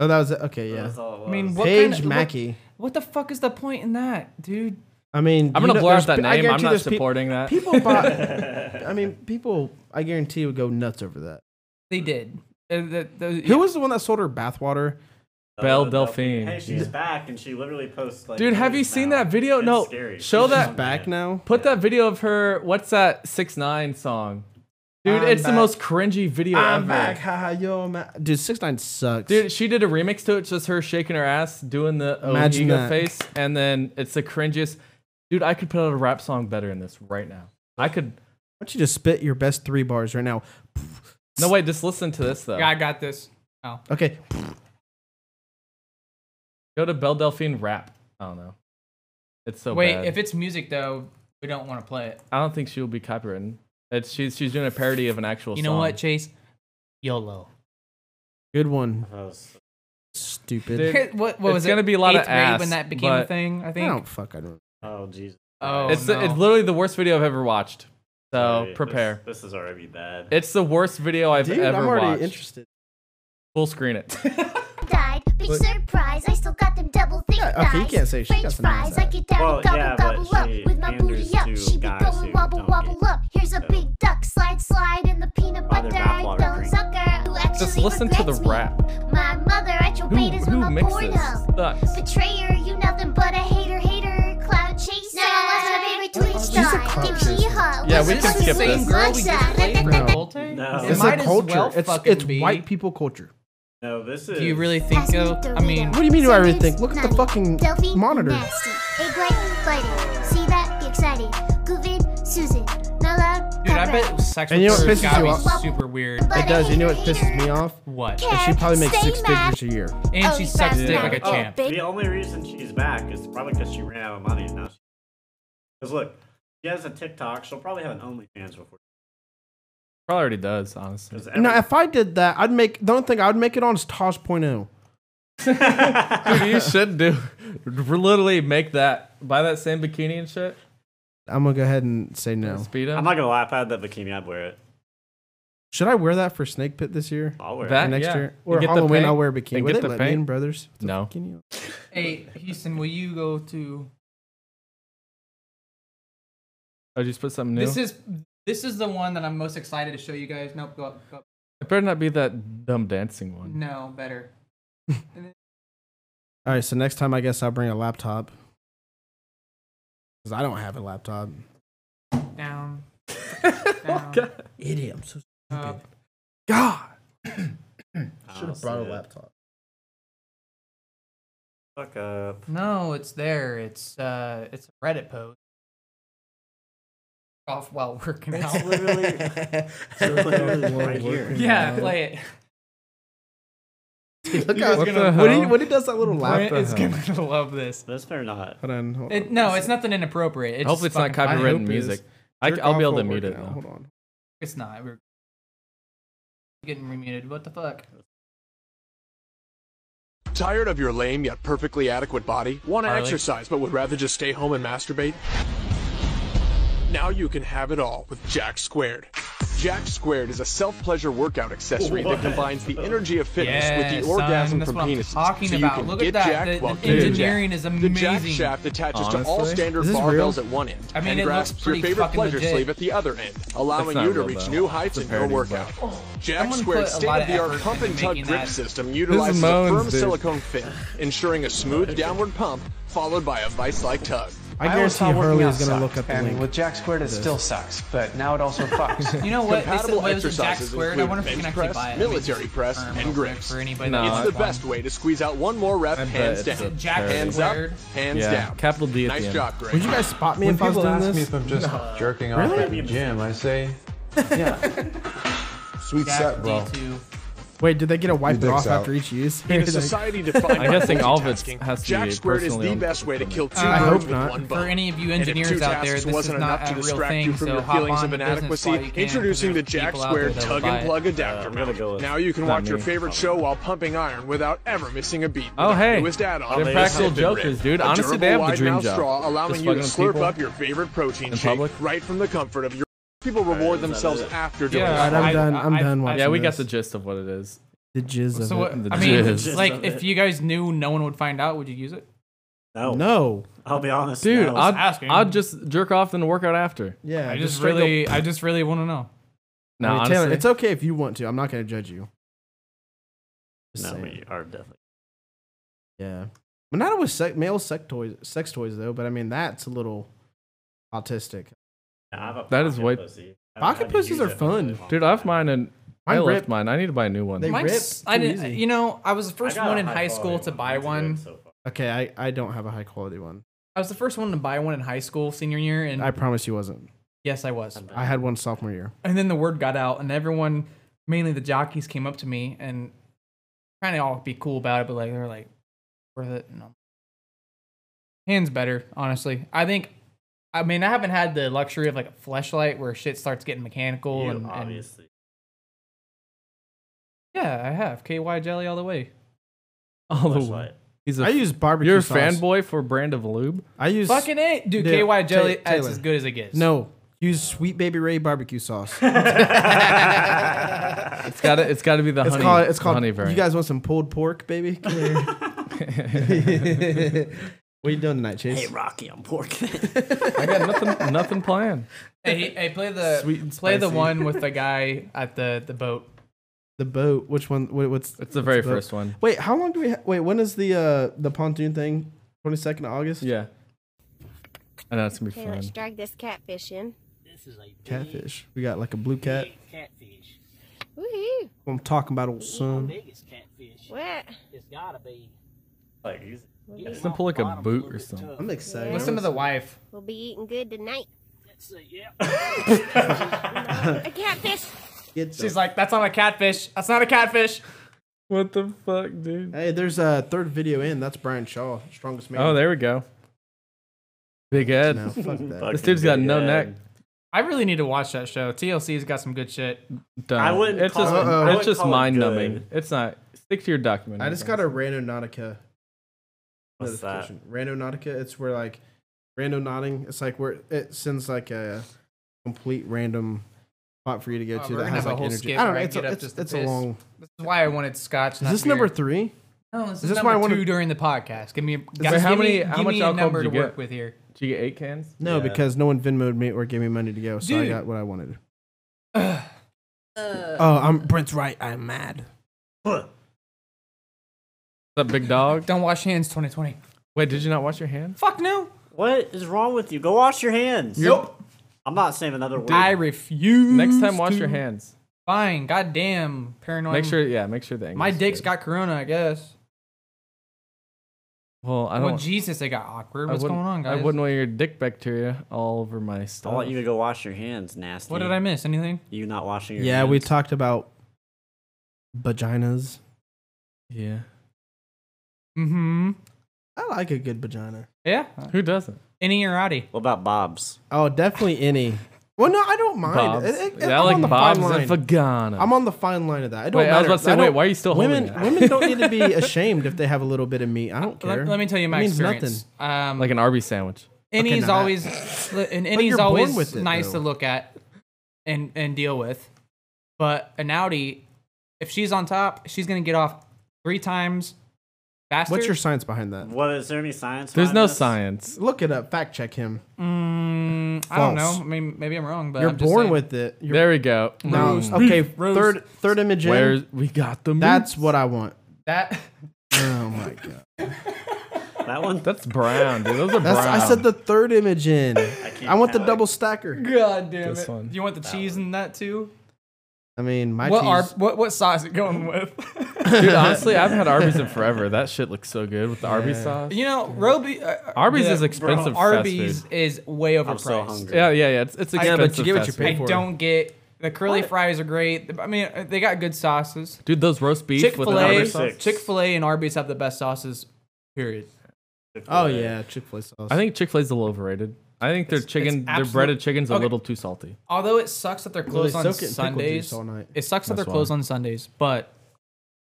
B: Oh, that was it. Okay, yeah.
D: That's all it was.
A: I mean, what
B: Paige
A: kind of,
B: Mackey.
A: What, what the fuck is the point in that, dude?
B: I mean,
C: I'm
B: you
C: gonna
B: know,
C: blur out
B: there's
C: that
B: pe- I
C: name. I'm
B: guarantee
C: not
B: there's pe-
C: supporting that.
B: people bought. I mean, people. I guarantee would go nuts over that.
A: They did. Uh, the- the-
B: Who was the one that sold her bathwater?
C: Belle
D: Uh,
C: Delphine.
D: Hey, she's back, and she literally posts like.
C: Dude, have you
D: videos
C: seen
D: now.
C: that video?
D: It's
C: No,
D: scary.
C: show
D: She's
C: that-
D: on
B: Back
D: it.
B: now.
C: Put that video of her. What's that six nine song? Dude,
B: I'm
C: it's
B: back.
C: the most cringy video ever.
B: haha, yo, ma- dude. Six nine sucks.
C: Dude, she did a remix to it, just her shaking her ass, doing the
B: Imagine
C: Ohiga
B: that.
C: face, and then it's the cringiest. Dude, I could put out a rap song better than this right now. I could.
B: why don't you just spit your best three bars right now?
C: No, wait, just listen to this though.
A: Yeah, I got this. Oh,
B: Okay,
C: Go to Belle Delphine rap. I don't know. It's so
A: wait.
C: bad.
A: If it's music though, we don't want to play it.
C: I don't think she will be copywritten. It's she's she's doing a parody of an actual.
A: You know
C: song.
A: what, Chase? YOLO.
B: good one.
D: That was-
B: Stupid.
C: Dude,
A: what what was
C: it's
A: it?
C: gonna be a lot of
A: Eighth grade
C: ass,
A: when that became a
C: but-
A: thing. I
B: I
A: think.
B: don't fuck. I don't.
D: Oh Jesus.
A: Oh,
C: It's
A: no.
C: the, it's literally the worst video I've ever watched. So
D: Sorry, this-
C: prepare.
D: This, is already bad.
C: It's the worst video I've
B: Dude,
C: ever
B: I'm already
C: watched.
B: interested.
C: Full screen it.
E: Died, big surprise. I still got them double thick
B: Yeah, okay, you
E: thighs.
B: can't say she
E: French
B: doesn't know
E: fries. I
B: that.
E: get down
D: Well,
E: and gobble
D: yeah, but
E: gobble up
D: she
E: with my booty
D: panders
E: up.
D: to
E: She be
D: guys
E: going
D: who
E: wobble
D: don't
E: wobble
D: get-
E: up. Here's a
D: so-
E: big duck, slide slide in the peanut
D: Why
E: butter.
D: their
E: I
D: backwater
E: don't
D: green?
E: sucker who actually
C: Just listen to the
E: regrets me.
C: rap.
E: My mother at your
C: Who,
E: is
C: who
E: mama
C: mixed
E: Pornhub.
C: this? The thoughts.
E: Betrayer, you nothing but a hater, hater, cloud chaser. Now I lost my favorite Twitch
F: she's a
E: star.
F: cloud
E: Give
F: chaser.
E: she a hug.
C: Yeah,
A: Is
C: we can
A: this the
C: skip
A: same
C: this.
A: girl we just played for
E: No.
A: Volte?
D: No.
A: It
D: It's
B: It's
A: might
B: a
A: as
B: culture.
A: well
B: it's
A: fucking
B: it's
A: be.
B: white people culture.
D: No, this is.
A: Do you really think so? I mean,
E: What
B: What do you mean? Do I really think? Look at the fucking
E: Delphi,
B: monitor.
E: Nasty. Egg white, fighting. See that? Be excited. Guvid, Susan. Not loud.
A: dude, I
E: not
A: bet sex
B: And you know what
A: workers
B: pisses
A: gotta
B: you
A: be
B: off?
A: super weird.
E: But
B: It does. You know what
E: hater,
B: pisses me
E: hater.
B: off?
A: What?
E: Care,
B: She probably makes
E: stay
B: six
E: mad.
B: figures a year.
A: And
E: Oh,
A: she
E: you
A: sucks
E: bastard.
A: dick like a
E: Oh,
A: champ.
E: bitch.
D: The only reason she's back is probably because she ran out of money and now she. Because look, she has a TikTok. She'll probably have an OnlyFans before.
C: Probably already does, honestly.
D: Because
B: You know, if I did that, I'd make. The only thing I would make it on is Tosh.0.
C: Dude, you should do. Literally make that. Buy that same bikini and shit.
B: I'm gonna go ahead and say no.
C: Speed
D: I'm
C: up.
D: not gonna lie. If I had that bikini, I'd wear it.
B: Should I wear that for Snake Pit this year?
D: I'll wear
B: Or
C: That-
D: it.
B: next
C: yeah.
B: year?
C: You
B: Or
C: get the
B: Halloween,
C: paint
B: I'll wear a bikini.
C: and
B: Would
C: get
B: they
C: the
B: let me
C: paint.
B: in, brothers? It's a
C: No.
B: bikini.
A: Hey, Houston, will you go to?
C: Oh, just put something new.
A: This is this is the one that I'm most excited to show you guys. Nope, go up. Go up.
C: it better not be that dumb dancing one.
A: No, better.
B: All right, so next time I guess I'll bring a laptop. Because I don't have a laptop.
A: Down. down
B: Idiot, I'm so
A: Oh, up.
B: God.
D: I
B: Should have
D: honestly
B: brought a
D: did.
B: laptop.
D: Fuck uh, up.
A: No, it's there. It's uh, it's a Reddit post. Off while working out.
D: right here.
A: yeah, play it.
B: Look
A: You
B: how
A: guys
B: what
A: gonna-
C: Uh-huh.
B: when, he, when he does that little
C: What
B: lap.
C: the
A: It's
C: hell?
A: gonna love this.
D: This better not.
B: Hold on. Hold on.
A: It, no, it's nothing inappropriate. It's
C: Hopefully, it's
A: just
C: not
A: fucking-
B: I hope
C: copyrighted
B: it
C: music.
B: is.
C: I, will
B: Jerk
C: be
B: off
C: able to
B: while
C: mute it
B: working out.
C: though.
B: Hold on.
A: It's not. We're getting remuted. What the fuck?
H: Tired of your lame yet perfectly adequate body? Want to
A: Harley?
H: exercise but would rather just stay home and masturbate? Now you can have it all with Jack Squared. Jack Squared is a self-pleasure workout accessory that combines the energy of fitness
A: Yes,
H: with the orgasm
A: son, that's
H: from
A: what I'm
H: penises.
A: talking
H: so
A: about.
H: you can
A: Look at
H: get
A: that.
H: jacked
A: The-
H: while
A: the
H: getting
A: engineering
H: jacked.
A: is
H: The jack
A: amazing.
H: shaft attaches to all
C: Honestly?
H: standard
B: Is this
H: barbells
B: real?
H: at one end
A: I mean,
H: and
A: it looks
H: grasps your
A: pretty
H: favorite
A: fucking
H: pleasure
A: legit.
H: sleeve at the other end, allowing
C: not
H: you to
C: real,
H: reach
C: though.
H: new heights
C: It's
H: in
C: a
H: your
C: parody,
H: workout. Jack
A: Someone
H: Squared
A: put a lot of
H: state-of-the-art
A: effort
H: pump and
A: into
H: tug
A: making
H: grip
A: that.
H: system utilizes
C: moans,
H: a firm
C: dude.
H: silicone fit, ensuring a smooth downward pump followed by a vice-like tug.
B: I
I: always
B: guarantee
I: thought working
B: Hurley
I: out
B: is going to look
I: sucked,
B: up the
I: and
B: link.
I: with Jack Squared, it still sucks, but now it also fucks.
A: You know what? They said
H: Compatible
A: what is it, Jack
H: exercises
A: Squared. I
H: include
A: wonder if we can
H: bench
A: actually
H: press,
A: buy it.
H: military
A: Let me
H: press,
A: confirm
H: and
A: real quick
H: grips.
A: For anybody
C: No.
A: that
H: It's
A: wants
H: the
A: one.
H: best way to squeeze out one more rep
C: bet
H: hands
C: it's
H: down.
C: a
A: Jack
H: hands
A: Squared.
H: up, hands
C: Yeah,
H: down.
C: capital D at the
H: nice
C: end.
H: job, Greg.
B: Would you guys spot me
I: when
B: if I was
I: people
B: doing
I: ask
B: this?
I: me if I'm just jerking off at the gym, I say,
J: Sweet
A: Jack
J: set, bro.
A: D2.
B: Wait, did they get a wipe it
J: dick's
B: off
J: out.
B: after each use?
H: In
B: Like,
H: a society defined
C: I'm
H: by
C: guessing all of it
H: multitasking,
C: has to
H: Jack
C: be
H: Squared is
C: personally
H: the
C: owned
H: best way to kill two
A: I
H: birds
B: hope
H: with
B: not.
H: one
A: For
H: bone.
A: any of you
H: And if
A: engineers
H: two
A: out there, this
H: tasks
A: is
H: wasn't
A: not
H: enough
A: a
H: to
A: real
H: distract
A: thing,
H: you from
A: so
H: your
A: hop
H: feelings
A: on
H: of
A: the business while you
H: inadequacy,
A: can, 'cause
H: introducing the
A: there's
H: Jack
A: people out there that'll
H: Squared tug
A: buy
H: and
A: it.
H: plug
D: I'm
H: adapter
D: gonna
H: mount.
D: go with-
H: Now you can
C: Not
H: watch your
C: me.
H: favorite show whill pumping iron without ever missing a beat. with
C: Oh,
H: our
C: hey.
H: newest add-on,
C: They're
H: the
C: practical
H: Fitbit
C: jokers,
H: Ring.
C: dude.
H: A
C: Honestly, they
H: durable
C: have the dream
H: wide-mouth
C: job.
H: straw
C: Just
H: allowing you to
C: fucking with
H: slurp
C: people.
H: up your favorite protein
C: In
H: shake
C: public.
H: right from the comfort of your. People reward
D: is that
H: themselves
D: it?
H: after doing
C: Yeah.
B: Alright,
H: that.
B: I'm
A: I-
B: done. I'm
A: I-
B: done
A: I-
B: watching
C: Yeah, we got
B: this.
C: the gist of what it is.
B: the jizz of
A: So what,
B: it.
C: The
A: I mean,
C: jizz.
A: like if you guys knew, no one would find out. Would you use it?
D: No.
B: No.
D: I'll be honest.
C: Dude,
D: no.
C: I'd,
A: asking.
C: I'd just jerk off and work out after.
B: Yeah,
A: I just
B: straight up-
A: really, I just really want to know.
C: No,
B: I mean,
C: honestly,
B: Taylor, it's okay if you want to. I'm not going to judge you. Just
D: no,
B: saying.
D: we are definitely.
B: Yeah. Well, not with sex, male sex toys, sex toys though, but I mean that's a little autistic.
D: I have a
C: That is
D: pocket
C: way-
D: pussy. I haven't
B: Pocket
D: had to
B: pussies
D: use
B: are
D: it for really
B: fun.
D: long.
C: dude, I have mine and I
B: Mine
C: left
B: ripped.
C: mine. I need to buy a new one.
B: They-
A: Mine's-
B: ripped
A: I
B: too
A: didn't.
B: easy.
A: You know, I was the first
D: I got
A: one
D: a
A: in high school
D: quality
A: to buy
D: That's good
A: one.
D: so far.
B: Okay, I, I don't have a high quality one.
A: I was the first one to buy one in high school senior year, and
B: I promise you wasn't.
A: yes, I was.
B: I had one sophomore year.
A: And then the word got out, and everyone, mainly the jockeys, came up to me and trying to all be cool about it, but like they were like, worth it. No. Hands better, honestly. I think. I mean, I haven't had the luxury of like a flashlight where shit starts getting mechanical
D: You
A: and, and
D: obviously.
A: yeah, I have KY jelly all the way.
C: all the way.
D: flashlight.
C: He's a
B: I use barbecue.
C: You're a
B: sauce.
C: fanboy for brand of lube.
B: I use
A: Fucking it, dude.
B: Yeah,
A: KY jelly,
B: Ta-
A: that's
B: Taylor.
A: as good as it gets.
B: no. Use sweet baby Ray barbecue sauce. it's
C: It's got to. It's got to be the honey.
B: called. It's called.
C: honey
B: You
C: variant.
B: guys want some pulled pork, baby? Come here. what you doing tonight, Chase?
D: Rocky, I'm porking.
C: I got nothing. Nothing planned.
A: Hey, hey, play the
B: Sweet and
A: play the
B: spicy.
A: one with the guy at the the boat.
B: the boat. Which one? What, what's
C: It's the very
B: what's boat?
C: first one.
B: Wait, how long do we? Ha- wait, when is the uh the pontoon thing? Twenty second of August.
C: Yeah. I know it's gonna be
J: Okay, let's
C: fun.
J: drag this catfish in.
B: Catfish. We got like a blue cat.
K: Catfish.
J: Woohoo!
B: I'm talking about old son.
K: Biggest catfish.
J: What?
K: It's gotta be.
D: Like, he's,
C: Simple like a boot or something.
B: I'm excited.
A: Listen to the wife.
J: We'll be eating good tonight.
K: Let's see. Yeah.
J: A catfish.
B: Get the-
A: She's like, that's not a catfish. That's not a catfish.
C: What the fuck, dude?
B: hey, there's a third video in. That's Brian Shaw, strongest man.
C: Oh, there we go. Big Ed.
B: No, fuck that.
C: This dude's got no
D: Big
C: neck.
D: Ed.
A: I really need to watch that show. TLC's got some good shit.
C: Done.
D: I wouldn't
C: It's
D: call
C: just
B: it- I
D: wouldn't
C: it's just
D: call it
C: mind
D: good.
C: numbing. It's not. Stick to your document.
B: I just got a Randonautica
D: What's that?
B: notification. Randonautica. It's where like random nodding. It's like where it sends like a complete random spot for you to go
A: Oh,
B: to
A: we're
B: that
A: gonna have
B: has
A: a
B: like
A: whole
B: energy.
A: skip
B: I
A: where
B: don't know.
A: I
B: It's
A: get
B: a,
A: up
B: it's,
A: just to
B: it's a
A: piss.
B: long.
A: This is why I wanted scotch.
B: Is
A: not
B: this
A: beer.
B: number three?
A: No, this is,
B: is this
A: number
B: why I wanna-
A: two during the podcast. Give me, guys,
C: how
A: give me-
C: many-
A: give
C: how
A: me
C: much
A: a
C: alcohol
A: number
C: did
A: to
C: you
A: work
C: get?
A: with here.
C: Did you get eight cans?
B: No,
D: Yeah.
B: because no one Venmoed me or gave me money to go, so I
A: Dude.
B: got what I wanted. oh, I'm Brent's right. I'm mad.
C: What's up, big dog?
A: Don't wash hands, 2020.
C: Wait, did you not wash your hands?
A: Fuck no.
D: What is wrong with you? Go wash your hands.
A: Nope.
D: I'm not saying another word.
A: I refuse.
C: Next time, wash
A: to.
C: your hands.
A: Fine. Goddamn. Paranoid.
C: Make sure, yeah, make sure the
A: My
C: angle's
A: dick's
C: good.
A: got corona, I guess.
C: Well, I
A: I
C: don't.
A: well, Jesus, it got awkward.
C: I
A: What's going
C: wouldn't-
A: on, guys?
C: I wouldn't want your dick bacteria all over my
D: I
C: stuff.
D: want you to go wash your hands, nasty.
A: What did I miss? Anything?
D: You not washing your
B: Yeah,
D: hands?
B: we talked about vaginas.
C: yeah.
A: Mm-hmm.
B: I like a good vagina.
A: Yeah.
C: Who doesn't?
A: Any or outie?
D: What about Bob's?
B: Oh, definitely any. Well, no, I don't mind.
C: Bob's.
B: It- it- it-
C: yeah, I
B: I'm on
C: like
B: the
C: Bob's
B: fine
C: and
B: line.
C: Fagana.
B: I'm on the fine line of that. I don't
C: Wait, I was
B: matter.
C: about to say,
B: don't-
C: wait, why are you still holding
B: women?
C: that?
B: women don't need to be ashamed if they have a little bit of meat. I don't care.
A: Let, let me tell you
B: It
A: my
B: means
A: experience. Um,
C: like an Arby sandwich.
A: any
B: Okay,
A: is
B: now that-
A: always li- and any
B: you're
A: is
B: born
A: always
B: with it,
A: nice
B: though.
A: to look at and and deal with but an audi if she's on top she's gonna get off three times faster
B: What's your science behind that?
D: What is there any science?
C: There's
D: behind
C: no
D: this?
C: science.
B: Look it up. Fact check him.
A: Mm, i don't
B: False.
A: know i mean maybe i'm wrong but
B: You're
A: Uh, I'm just
B: born
A: saying.
B: with it. You're,
C: There we go.
B: no,
C: Mm.
B: okay.
A: Rose.
B: Third, third image in.
C: Where's we got the?
B: That's
C: meats.
B: what I want.
A: that
B: Oh my god.
D: That one?
C: That's brown, dude. Those are
B: That's,
C: brown.
B: I said the third image in.
D: can't
B: I want the
D: tell.
B: double stacker.
A: god damn
C: This
A: it
C: one.
A: you want the cheese in that too
B: I mean, my
A: what
B: cheese.
A: are what what sauce it going with
C: Dude, honestly, I haven't had Arby's in forever. That shit looks so good with the Arby's sauce.
A: you know roby uh,
C: Arby's
A: the-
C: is expensive fast
A: arby's is way overpriced
D: I'm so hungry.
C: Yeah, yeah, yeah. It's, it's
A: Yeah,
C: expensive.
A: but you
B: get what
C: fast
B: you pay
A: I
B: for it.
A: don't get the curly fries are great. I mean, they got good sauces.
C: food. Dude, those roast beef
A: Chick
C: with
A: fil
C: an
A: A,
C: Arby's
D: sauce?
A: Chick fil A, and Arby's have the best sauces. Period.
B: Oh yeah, Chick Fil A sauce.
C: I think Chick Fil A's a little overrated. I think their
A: It's- it's
C: chicken, their
A: absolute-
C: breaded chicken's a
A: Okay.
C: little too salty.
A: Although it sucks that they're
B: Well, they
A: closed on
B: soak it in pickle juice
A: Sundays.
B: all night.
A: It sucks that they're
C: That's
A: closed
C: why.
A: on Sundays, but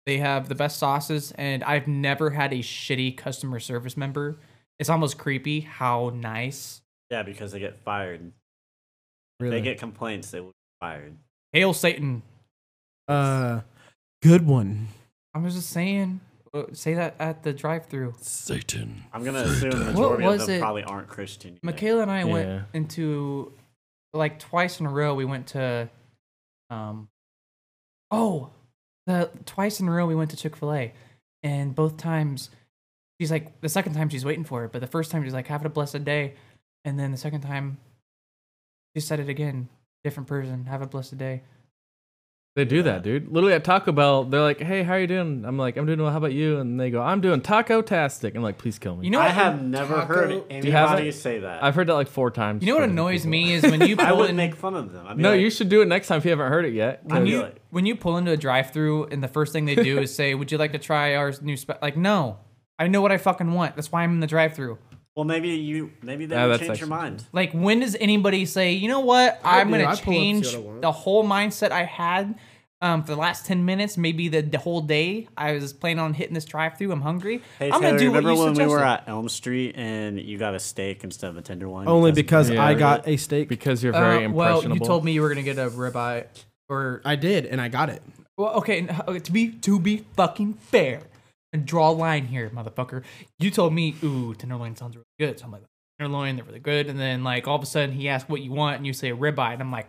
A: they have the best sauces, and I've never had a shitty customer service member. It's almost creepy how nice.
D: Yeah, because they get fired. If
B: Really.
D: They get complaints, they will get fired.
A: Hail Satan!
B: uh, good one.
A: I was just saying, uh, say that at the drive-through.
B: Satan.
D: I'm gonna assume the
A: What
D: majority
A: was
D: of them
A: it?
D: probably aren't Christian. either.
A: Michaela and I
C: Yeah.
A: went into like twice in a row. We went to, um, oh, the twice in a row we went to Chick Fil A, and both times she's like the second time she's waiting for it, but the first time she's like have it a blessed day, and then the second time she said it again, different person, have a blessed day.
C: They do that, dude. Literally at Taco Bell, they're like, "Hey, how are you doing?" I'm like, "I'm doing well. How about you?" And they go, "I'm doing taco tastic." I'm like, "Please kill me."
A: You know,
D: I
A: what,
D: have never heard
C: you have
D: anybody
C: it?
D: say that.
C: I've heard that like four times.
A: you know what
C: from
A: annoys
C: people.
A: me is when you
D: I
A: pull
D: would
A: in,
D: make fun of them. I'd be
C: No,
D: like,
C: you should do it next time if you haven't heard it yet.
D: I'd be
A: you-
D: like,
A: when you pull into a drive-through and the first thing they do is say, "Would you like to try our new spec?" Like, no, I know what I fucking want. That's why I'm in the drive-through.
D: well, maybe you, maybe they
C: Yeah,
D: would
C: that's
D: change your
C: actually-
D: mind.
A: Like, when does anybody say, "You know what?
B: I
A: I'm
B: do. I pull
A: gonna
B: up, see what I
A: change
B: want."
A: the whole mindset I had um, for the last ten minutes, maybe the, the whole day. I was planning on hitting this drive-through. I'm hungry.
D: Hey,
A: I'm
D: Taylor,
A: gonna do what
D: remember
A: you
D: when
A: suggested."
D: we were at Elm Street and you got a steak instead of a tenderloin?
B: Only because
C: Yeah.
B: I got a steak.
C: because you're
A: Uh,
C: very
A: well,
C: impressionable.
A: you told me you were gonna get a ribeye, or
B: I did, and I got it.
A: Well, okay, n- okay, to be to be fucking fair, and draw a line here, motherfucker. You told me, ooh, tenderloin sounds really good. So I'm like, tenderloin, they're really good. And then like all of a sudden he asked what you want, and you say ribeye, and I'm like,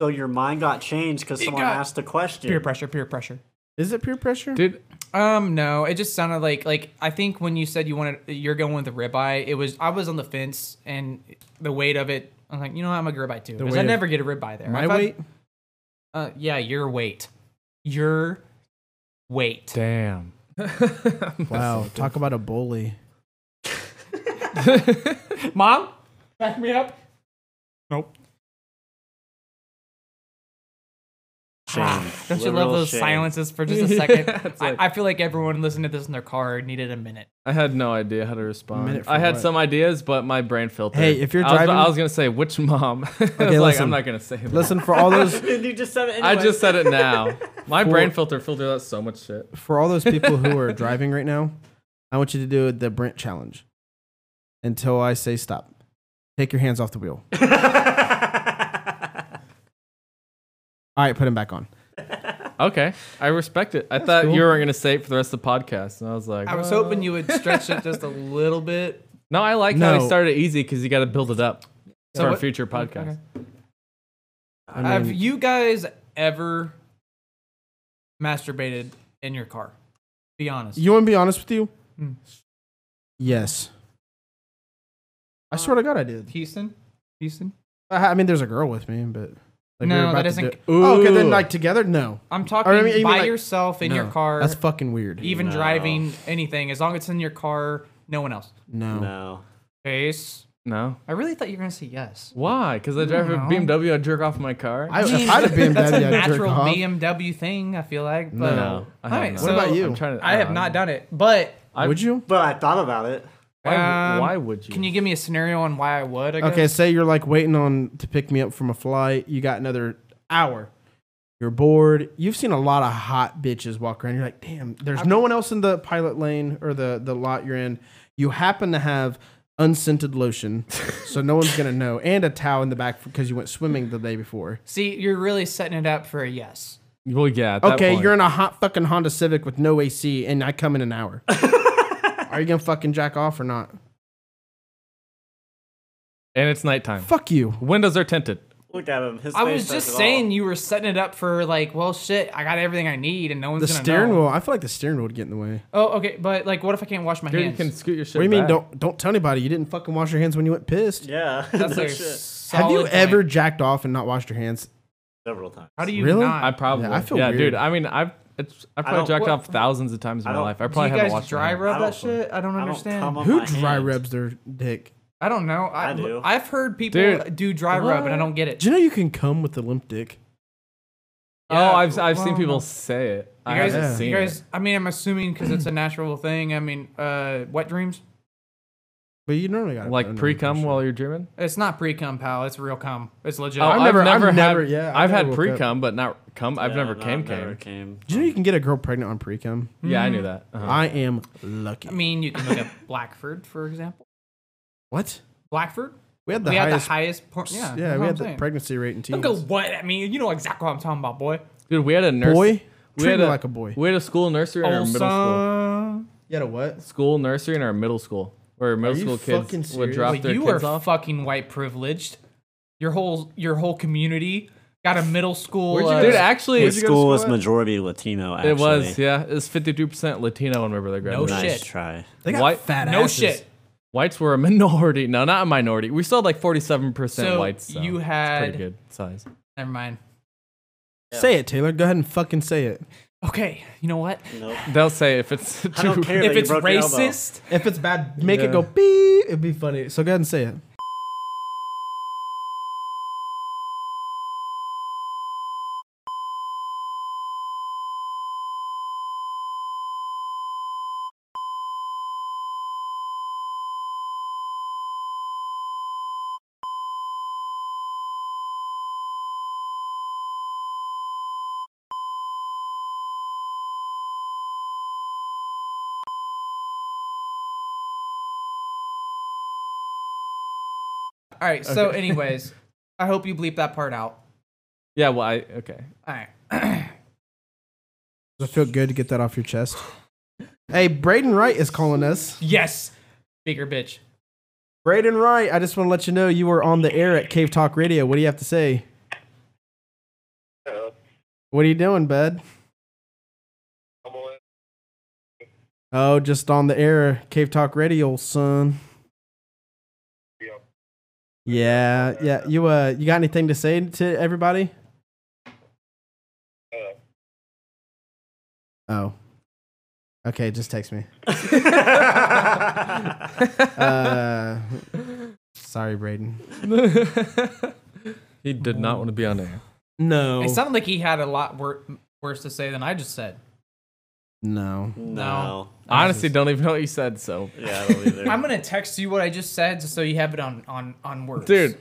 D: So your mind got changed because
A: It
D: someone
A: got-
D: asked a question.
A: Peer pressure, peer pressure.
B: Is it peer pressure?
C: Dude.
A: Um, no, it just sounded like like I think when you said you wanted you're going with a ribeye, it was I was on the fence and the weight of it. I'm like, you know, what, I'm a ribeye too
B: The
A: because
B: weight
A: I
B: of
A: never get a ribeye there.
B: my
A: I-
B: weight?
A: uh, yeah, your weight, your weight.
C: Damn.
B: Wow, talk about a bully.
A: Mom, back me up.
B: Nope.
D: Shame.
A: Ah, Don't you love
D: Literal
A: those
D: shame.
A: silences for just a second?
C: Yeah, it's like-
A: I, I feel like everyone listening to this in their car needed a minute.
C: I had no idea how to respond.
A: Minute for
C: I had
A: what?
C: some ideas, but my brain filtered.
B: Hey, if you're
C: I was,
B: driving-
C: I was gonna say which mom. I was like, I'm not gonna say. mom.
B: Listen for all those
D: you just said it
C: I
D: anyway.
C: just said it now. My
B: For-
C: brain filter filtered out so much shit.
B: for all those people who are driving right now. I want you to do the Brent challenge until I say stop. Take your hands off the wheel. all right, put them back on.
C: Okay, I respect it. I
B: That's
C: thought
B: cool.
C: you weren't gonna say it for the rest of the podcast, and I was like,
A: I was
C: "Well."
A: hoping you would stretch it just a little bit.
C: No, I like how he
B: No.
C: started easy because you got to build it up
A: So
C: for a
A: what-
C: future podcast.
B: I
A: Have
B: mean-
A: you guys ever masturbated in your car? Be honest.
B: You want to be honest with you?
A: Hmm.
B: Yes. I swear to God, I did.
A: Houston? Houston?
B: I I mean, there's a girl with me, but we
A: No,
B: were
A: that
B: about to
A: doesn't-
B: do- Oh, okay,
C: Ooh.
B: then like together, no.
A: I'm
B: Or,
A: talking
B: I mean, you
A: by
B: mean, like-
A: yourself in your
B: No,
A: car.
B: That's fucking weird.
A: Even
D: No.
A: driving, anything. As long as it's in your car, no one else.
B: No.
D: No.
A: Face.
C: No,
A: I really thought you were going to say yes.
C: why? Because I drive a
A: No.
C: BMW. I jerk off my car.
B: I, if I had a BMW,
A: That's a
B: I'd jerk
A: natural
B: off.
A: BMW thing, I feel like. But
C: No, I have
A: All right,
C: not.
A: so
B: What about you?
C: I'm trying to,
A: I have
C: uh,
A: not done it, but
C: I-
B: Would you?
D: But I thought about it.
C: Why,
A: Um,
C: why would you?
A: Can you give me a scenario on why I would? I
B: Okay,
A: guess?
B: say you're like waiting on to pick me up from a flight. You got another hour. You're bored. You've seen a lot of hot bitches walk around. You're like, damn, there's no one else in the pilot lane or the, the lot you're in. You happen to have unscented lotion, so no one's gonna know, and a towel in the back because you went swimming the day before.
A: See, you're really setting it up for a yes.
C: Well, yeah. At that
B: Okay,
C: point.
B: you're in a hot fucking Honda Civic with no AC, and I come in an hour. Are you gonna fucking jack off or not?
C: and it's nighttime.
B: Fuck you.
C: Windows are tinted.
D: Look at him. His
A: I
D: face
A: was
D: says
A: just
D: it all.
A: saying you were setting it up for like, well, shit, I got everything I need, and no one's
B: The
A: gonna
B: steering
A: know.
B: wheel. I feel like the steering wheel would get in the way.
A: Oh, okay, but like, what if I can't wash my
C: Dude, you
A: hands?
C: can scoot your shit.
B: What do you mean?
C: back.
B: Don't don't tell anybody. You didn't fucking wash your hands when you went pissed.
D: Yeah.
A: That's
D: no
A: a
D: shit.
A: solid
B: Have you
A: point.
B: ever jacked off and not washed your hands?
D: Several times.
A: How do you
B: Really?
A: not?
C: I probably.
B: Yeah, I feel
C: yeah,
B: weird.
C: dude. I mean, I've it's, I've
D: I
C: probably
D: don't-
C: jacked
D: what-
C: off thousands of times in
D: I
C: my
D: don't-
C: life. I
D: Do
C: probably
A: Do you
C: haven't
A: guys
C: washed my
A: dry
C: hands.
A: rub
D: I
A: that
D: don't-
A: shit? I don't
D: I don't
A: understand.
D: come on
B: Who
D: my
B: dry
D: hands.
B: rubs their dick?
A: I don't know. I,
D: I do.
A: I've heard people
C: Dude.
A: do dry rub, and I don't get it.
B: Do you know you can come with a limp dick?
A: Yeah,
C: oh, I've I've seen
A: well,
C: people
A: no.
C: say it.
A: You
C: I
A: guys,
C: haven't
B: Yeah.
C: seen
A: you guys.
C: it.
A: I mean, I'm assuming because it's a natural thing. I mean, uh, wet dreams.
B: But you normally got
C: Like pre cum while you're dreaming.
A: It's not pre cum, pal. It's real cum. It's legit.
C: Oh,
B: I've
C: I've
B: never-
C: never,
B: I've
C: had,
B: never- yeah, I
C: I've
B: never
C: had
B: woke
C: pre cum, but not cum. I've
D: Yeah,
C: never
D: no,
C: came
D: I've never
C: came.
D: came.
B: Do you know you can get a girl pregnant on pre cum?
C: Yeah, I knew that. Uh-huh.
B: I am lucky.
A: I mean, you can look at Blackford, for example.
B: what?
A: Blackford.
B: We had the
A: we
B: highest.
A: had the highest. Por- yeah, that's
B: we
A: what
B: had
A: I'm
B: the
A: saying.
B: pregnancy rate in teens.
A: Don't go what? I mean, you know exactly what I'm talking about, boy.
C: Dude, we had a nurse.
B: Boy,
C: we
B: treat
C: had
B: me like a boy.
C: We had a school nursery in our middle school.
A: Olson.
B: You had a what?
C: School nursery in our middle school, where middle
B: you
C: school
B: fucking
C: kids would
B: serious?
C: drop
A: Like,
C: their
A: you are
C: kids off.
A: fucking white privileged. Your whole your whole community got a middle school.
C: Where'd you
A: uh,
C: go? Dude, actually,
D: His
C: it
D: school was
B: at?
D: majority Latino. Actually.
C: was yeah, it was fifty two percent Latino whenever they graduated.
D: Nice
A: shit.
D: try.
B: They got
C: White-
B: fat
A: no
B: asses.
A: shit.
C: Whites were a minority. No, not a minority. We still had like forty seven percent
A: So
C: whites. So
A: you
C: it's
A: had-
C: pretty good size.
A: Never mind.
B: Say it, Taylor. Go ahead and fucking say it.
A: Okay, you know what?
D: Nope.
C: They'll say if it's
D: I don't
C: too-
D: care. that
A: if
D: you
A: it's
D: broke your elbow.
A: racist,
B: If it's bad, make
C: Yeah.
B: it go beep. It'd be funny. So go ahead and say it.
A: all right. So, anyways, I hope you bleep that part out.
C: Yeah, well, I okay.
A: All right.
B: Does it feel good to get that off your chest? hey, Braden Wright is calling us.
A: Yes, bigger bitch.
B: Braden Wright, I just want to let you know you were on the air at Cave Talk Radio. What do you have to say? What are you doing, bud? Oh, just on the air, Cave Talk Radio, son. Yeah, yeah. You uh, you got anything to say to everybody? Oh. Okay, just text me. uh, sorry, Braden.
C: He did not want to be on air.
B: No.
A: It sounded like he had a lot wor- worse to say than I just said.
B: No.
A: No.
C: I honestly don't even know what you said, so.
D: Yeah,
A: I'm gonna text you what I just said just so you have it on on on words,
C: Dude,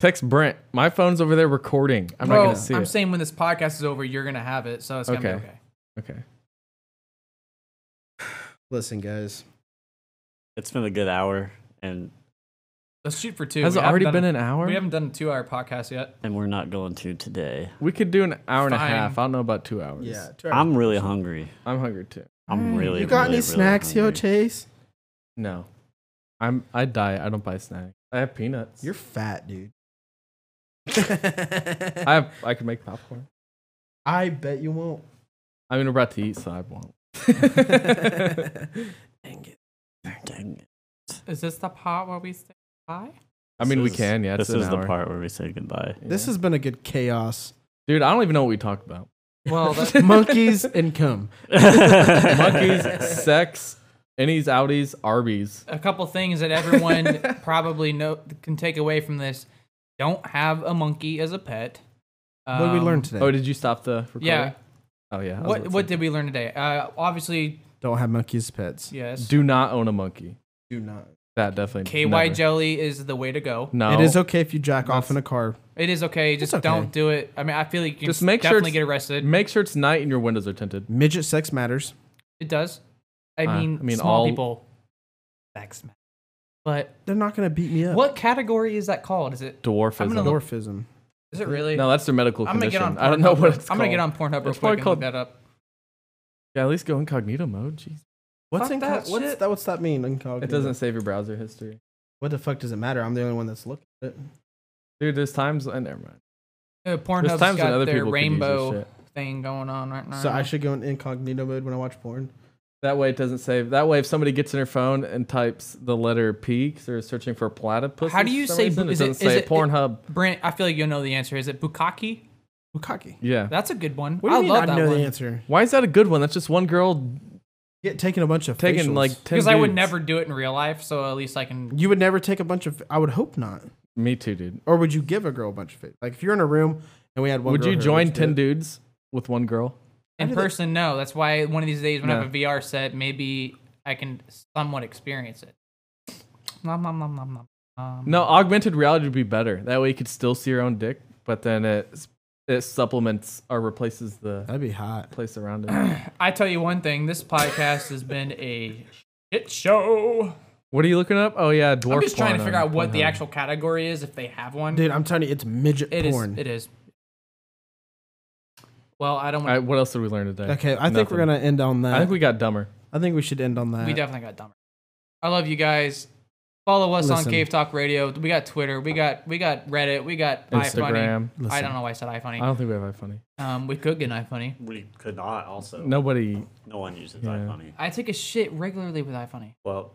C: text Brent. My phone's over there recording. I'm not
A: Bro,
C: going to see
A: I'm
C: it.
A: saying when this podcast is over, you're gonna have it, so it's gonna
C: okay.
A: be okay.
C: okay.
B: Listen, guys.
D: It's been a good hour, and
A: Let's shoot for two.
C: Has
A: We
C: it
A: haven't
C: already
A: done
C: been
A: a-
C: an hour?
A: We haven't done a two-hour podcast yet.
D: and we're not going to today.
C: We could do an hour and a
A: Fine.
C: half. I don't know about two hours.
B: Yeah, two
D: I'm really hungry.
C: I'm hungry too.
A: Mm,
D: I'm really.
B: You got
D: really,
B: any
D: really
B: snacks, yo,
D: hungry.
B: Chase?
C: No. I'm, I diet. I don't buy snacks. I have peanuts.
B: You're fat, dude.
C: I have. I can make popcorn.
B: I bet you won't.
C: I mean, we're about to eat, so I won't.
B: Dang it.
D: Dang it.
A: Is this the part where we say bye?
C: I mean, we
D: This is-
C: can. Yeah, it's
D: This
C: an
D: is the
C: hour.
D: part where we say goodbye.
B: This has been a good chaos.
C: Dude, I don't even know what we talked about.
A: Well, that,
B: Monkeys and cum.
C: Monkeys, sex, innies, outies, arbies.
A: a couple things that everyone probably know can take away from this: don't have a monkey as a pet.
B: What did we learn
A: Um,
B: today?
C: Oh, did you stop the recording?
A: Yeah.
C: Oh yeah. I was
A: What
C: about to
A: what
C: say.
A: did we learn today? Uh, obviously,
B: Don't have monkeys as pets.
A: yes.
C: Do not own a monkey.
B: Do not.
C: That definitely.
A: KY
C: never.
A: jelly is the way to go.
C: No.
B: It is okay if you jack off in a car.
A: It is okay. Just
B: okay.
A: don't do it. I mean, I feel like you can
C: Just make sure
A: definitely
C: it's-
A: get arrested.
C: Make sure it's night and your windows are tinted.
B: Midget sex matters.
A: It does. I
C: Uh,
A: mean,
C: I mean,
A: small
C: all-
A: people. Sex ma- But
B: They're not gonna beat me up.
A: what category is that called? Is it?
C: Dwarfism.
A: I'm gonna look-
B: Dwarfism.
A: Is it really?
C: no, that's their medical
A: I'm gonna
C: condition.
A: get on. Pornhub.
C: I don't know what it's
A: I'm
C: called.
A: gonna get on Pornhub real
C: It's probably
A: quick and look
C: called-
A: that up. Uh,
C: Yeah, at least go incognito mode. Jeez.
B: What's
A: Fuck
B: in
A: that
B: what's
A: shit.
B: that? What's that mean? Incognito.
C: It doesn't save your browser history.
B: What the fuck does it matter? I'm the only one that's looking at it.
C: Dude, there's times. Uh, never mind.
A: Uh,
C: There's
A: Pornhub's
C: times when
A: got
C: other
A: their
C: people could use this
A: rainbow
C: shit.
A: thing going on right now.
B: So
C: Uh-huh.
B: I should go in incognito mode when I watch porn.
C: That way it doesn't save. That way, if somebody gets in their phone and types the letter P, 'cause they're searching for platypus.
A: How do you say
C: Reason,
A: bu-
C: it
A: is it-
C: doesn't
A: is
C: say
A: it-
C: Pornhub.
A: Brent, I feel like you'll know the answer. Is it Bukaki?
B: Bukaki.
C: yeah.
A: That's a good one.
B: What do you
A: I
B: mean
A: love
B: I
A: that
B: know
A: one.
B: the answer?
C: Why is that a good one? That's just one girl
B: Get taking a bunch of
C: taking
B: facials.
C: like ten.
A: Because I would
C: dudes.
A: never do it in real life, so at least I can.
B: You would never take a bunch of. I would hope not.
C: Me too, dude.
B: Or would you give a girl a bunch of facials? Like if you're in a room and we had one.
C: would
B: girl
C: you
B: here,
C: join
B: let's do
C: ten
B: it.
C: dudes with one girl?
A: In
B: do they-
A: person, no. That's why one of these days when I
C: No.
A: have a VR set, maybe I can somewhat experience it. Nom, nom, nom, nom, nom. Um,
C: No, augmented reality would be better. That way you could still see your own dick, but then it it supplements or replaces the
B: That'd be hot.
C: place around it.
A: I tell you one thing. This podcast has been a shit show.
C: what are you looking up? Oh yeah, dwarf.
A: I'm just trying to
C: porn
A: figure
C: on
A: out what the
C: Pornhub.
A: actual category is if they have one.
B: Dude, I'm telling you, it's midget
A: It is.
B: porn.
A: It is. Well, I don't.
C: All
A: Want,
C: right, what else did we learn today?
B: Okay, I think we're
C: Nothing.
B: gonna end on that.
C: I think we got dumber.
B: should end on that.
A: we definitely got dumber. I love you guys. Follow us on
B: Listen.
A: Cave Talk Radio. We got Twitter. We got we got Reddit. We got
C: Instagram.
A: iFunny. I don't know why I said
C: I
A: iFunny.
C: don't think we have iFunny.
A: Um, we could get iFunny.
D: We could not. Also, no,
C: Nobody,
D: no one uses
C: Yeah.
D: iFunny.
A: I take a shit regularly with iFunny.
D: Well,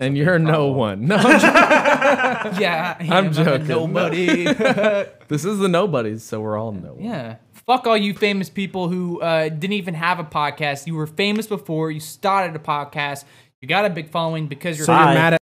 C: and you're no
D: problem.
C: one. No, I'm joking.
A: Yeah, I
C: I'm
A: am. a
C: joking.
A: Nobody.
C: this is the nobodies, so we're all no one.
A: yeah. Fuck all you famous people who uh, didn't even have a podcast. You were famous before. You started a podcast. You got a big following because you're
B: so you're
D: Bye.
B: mad at.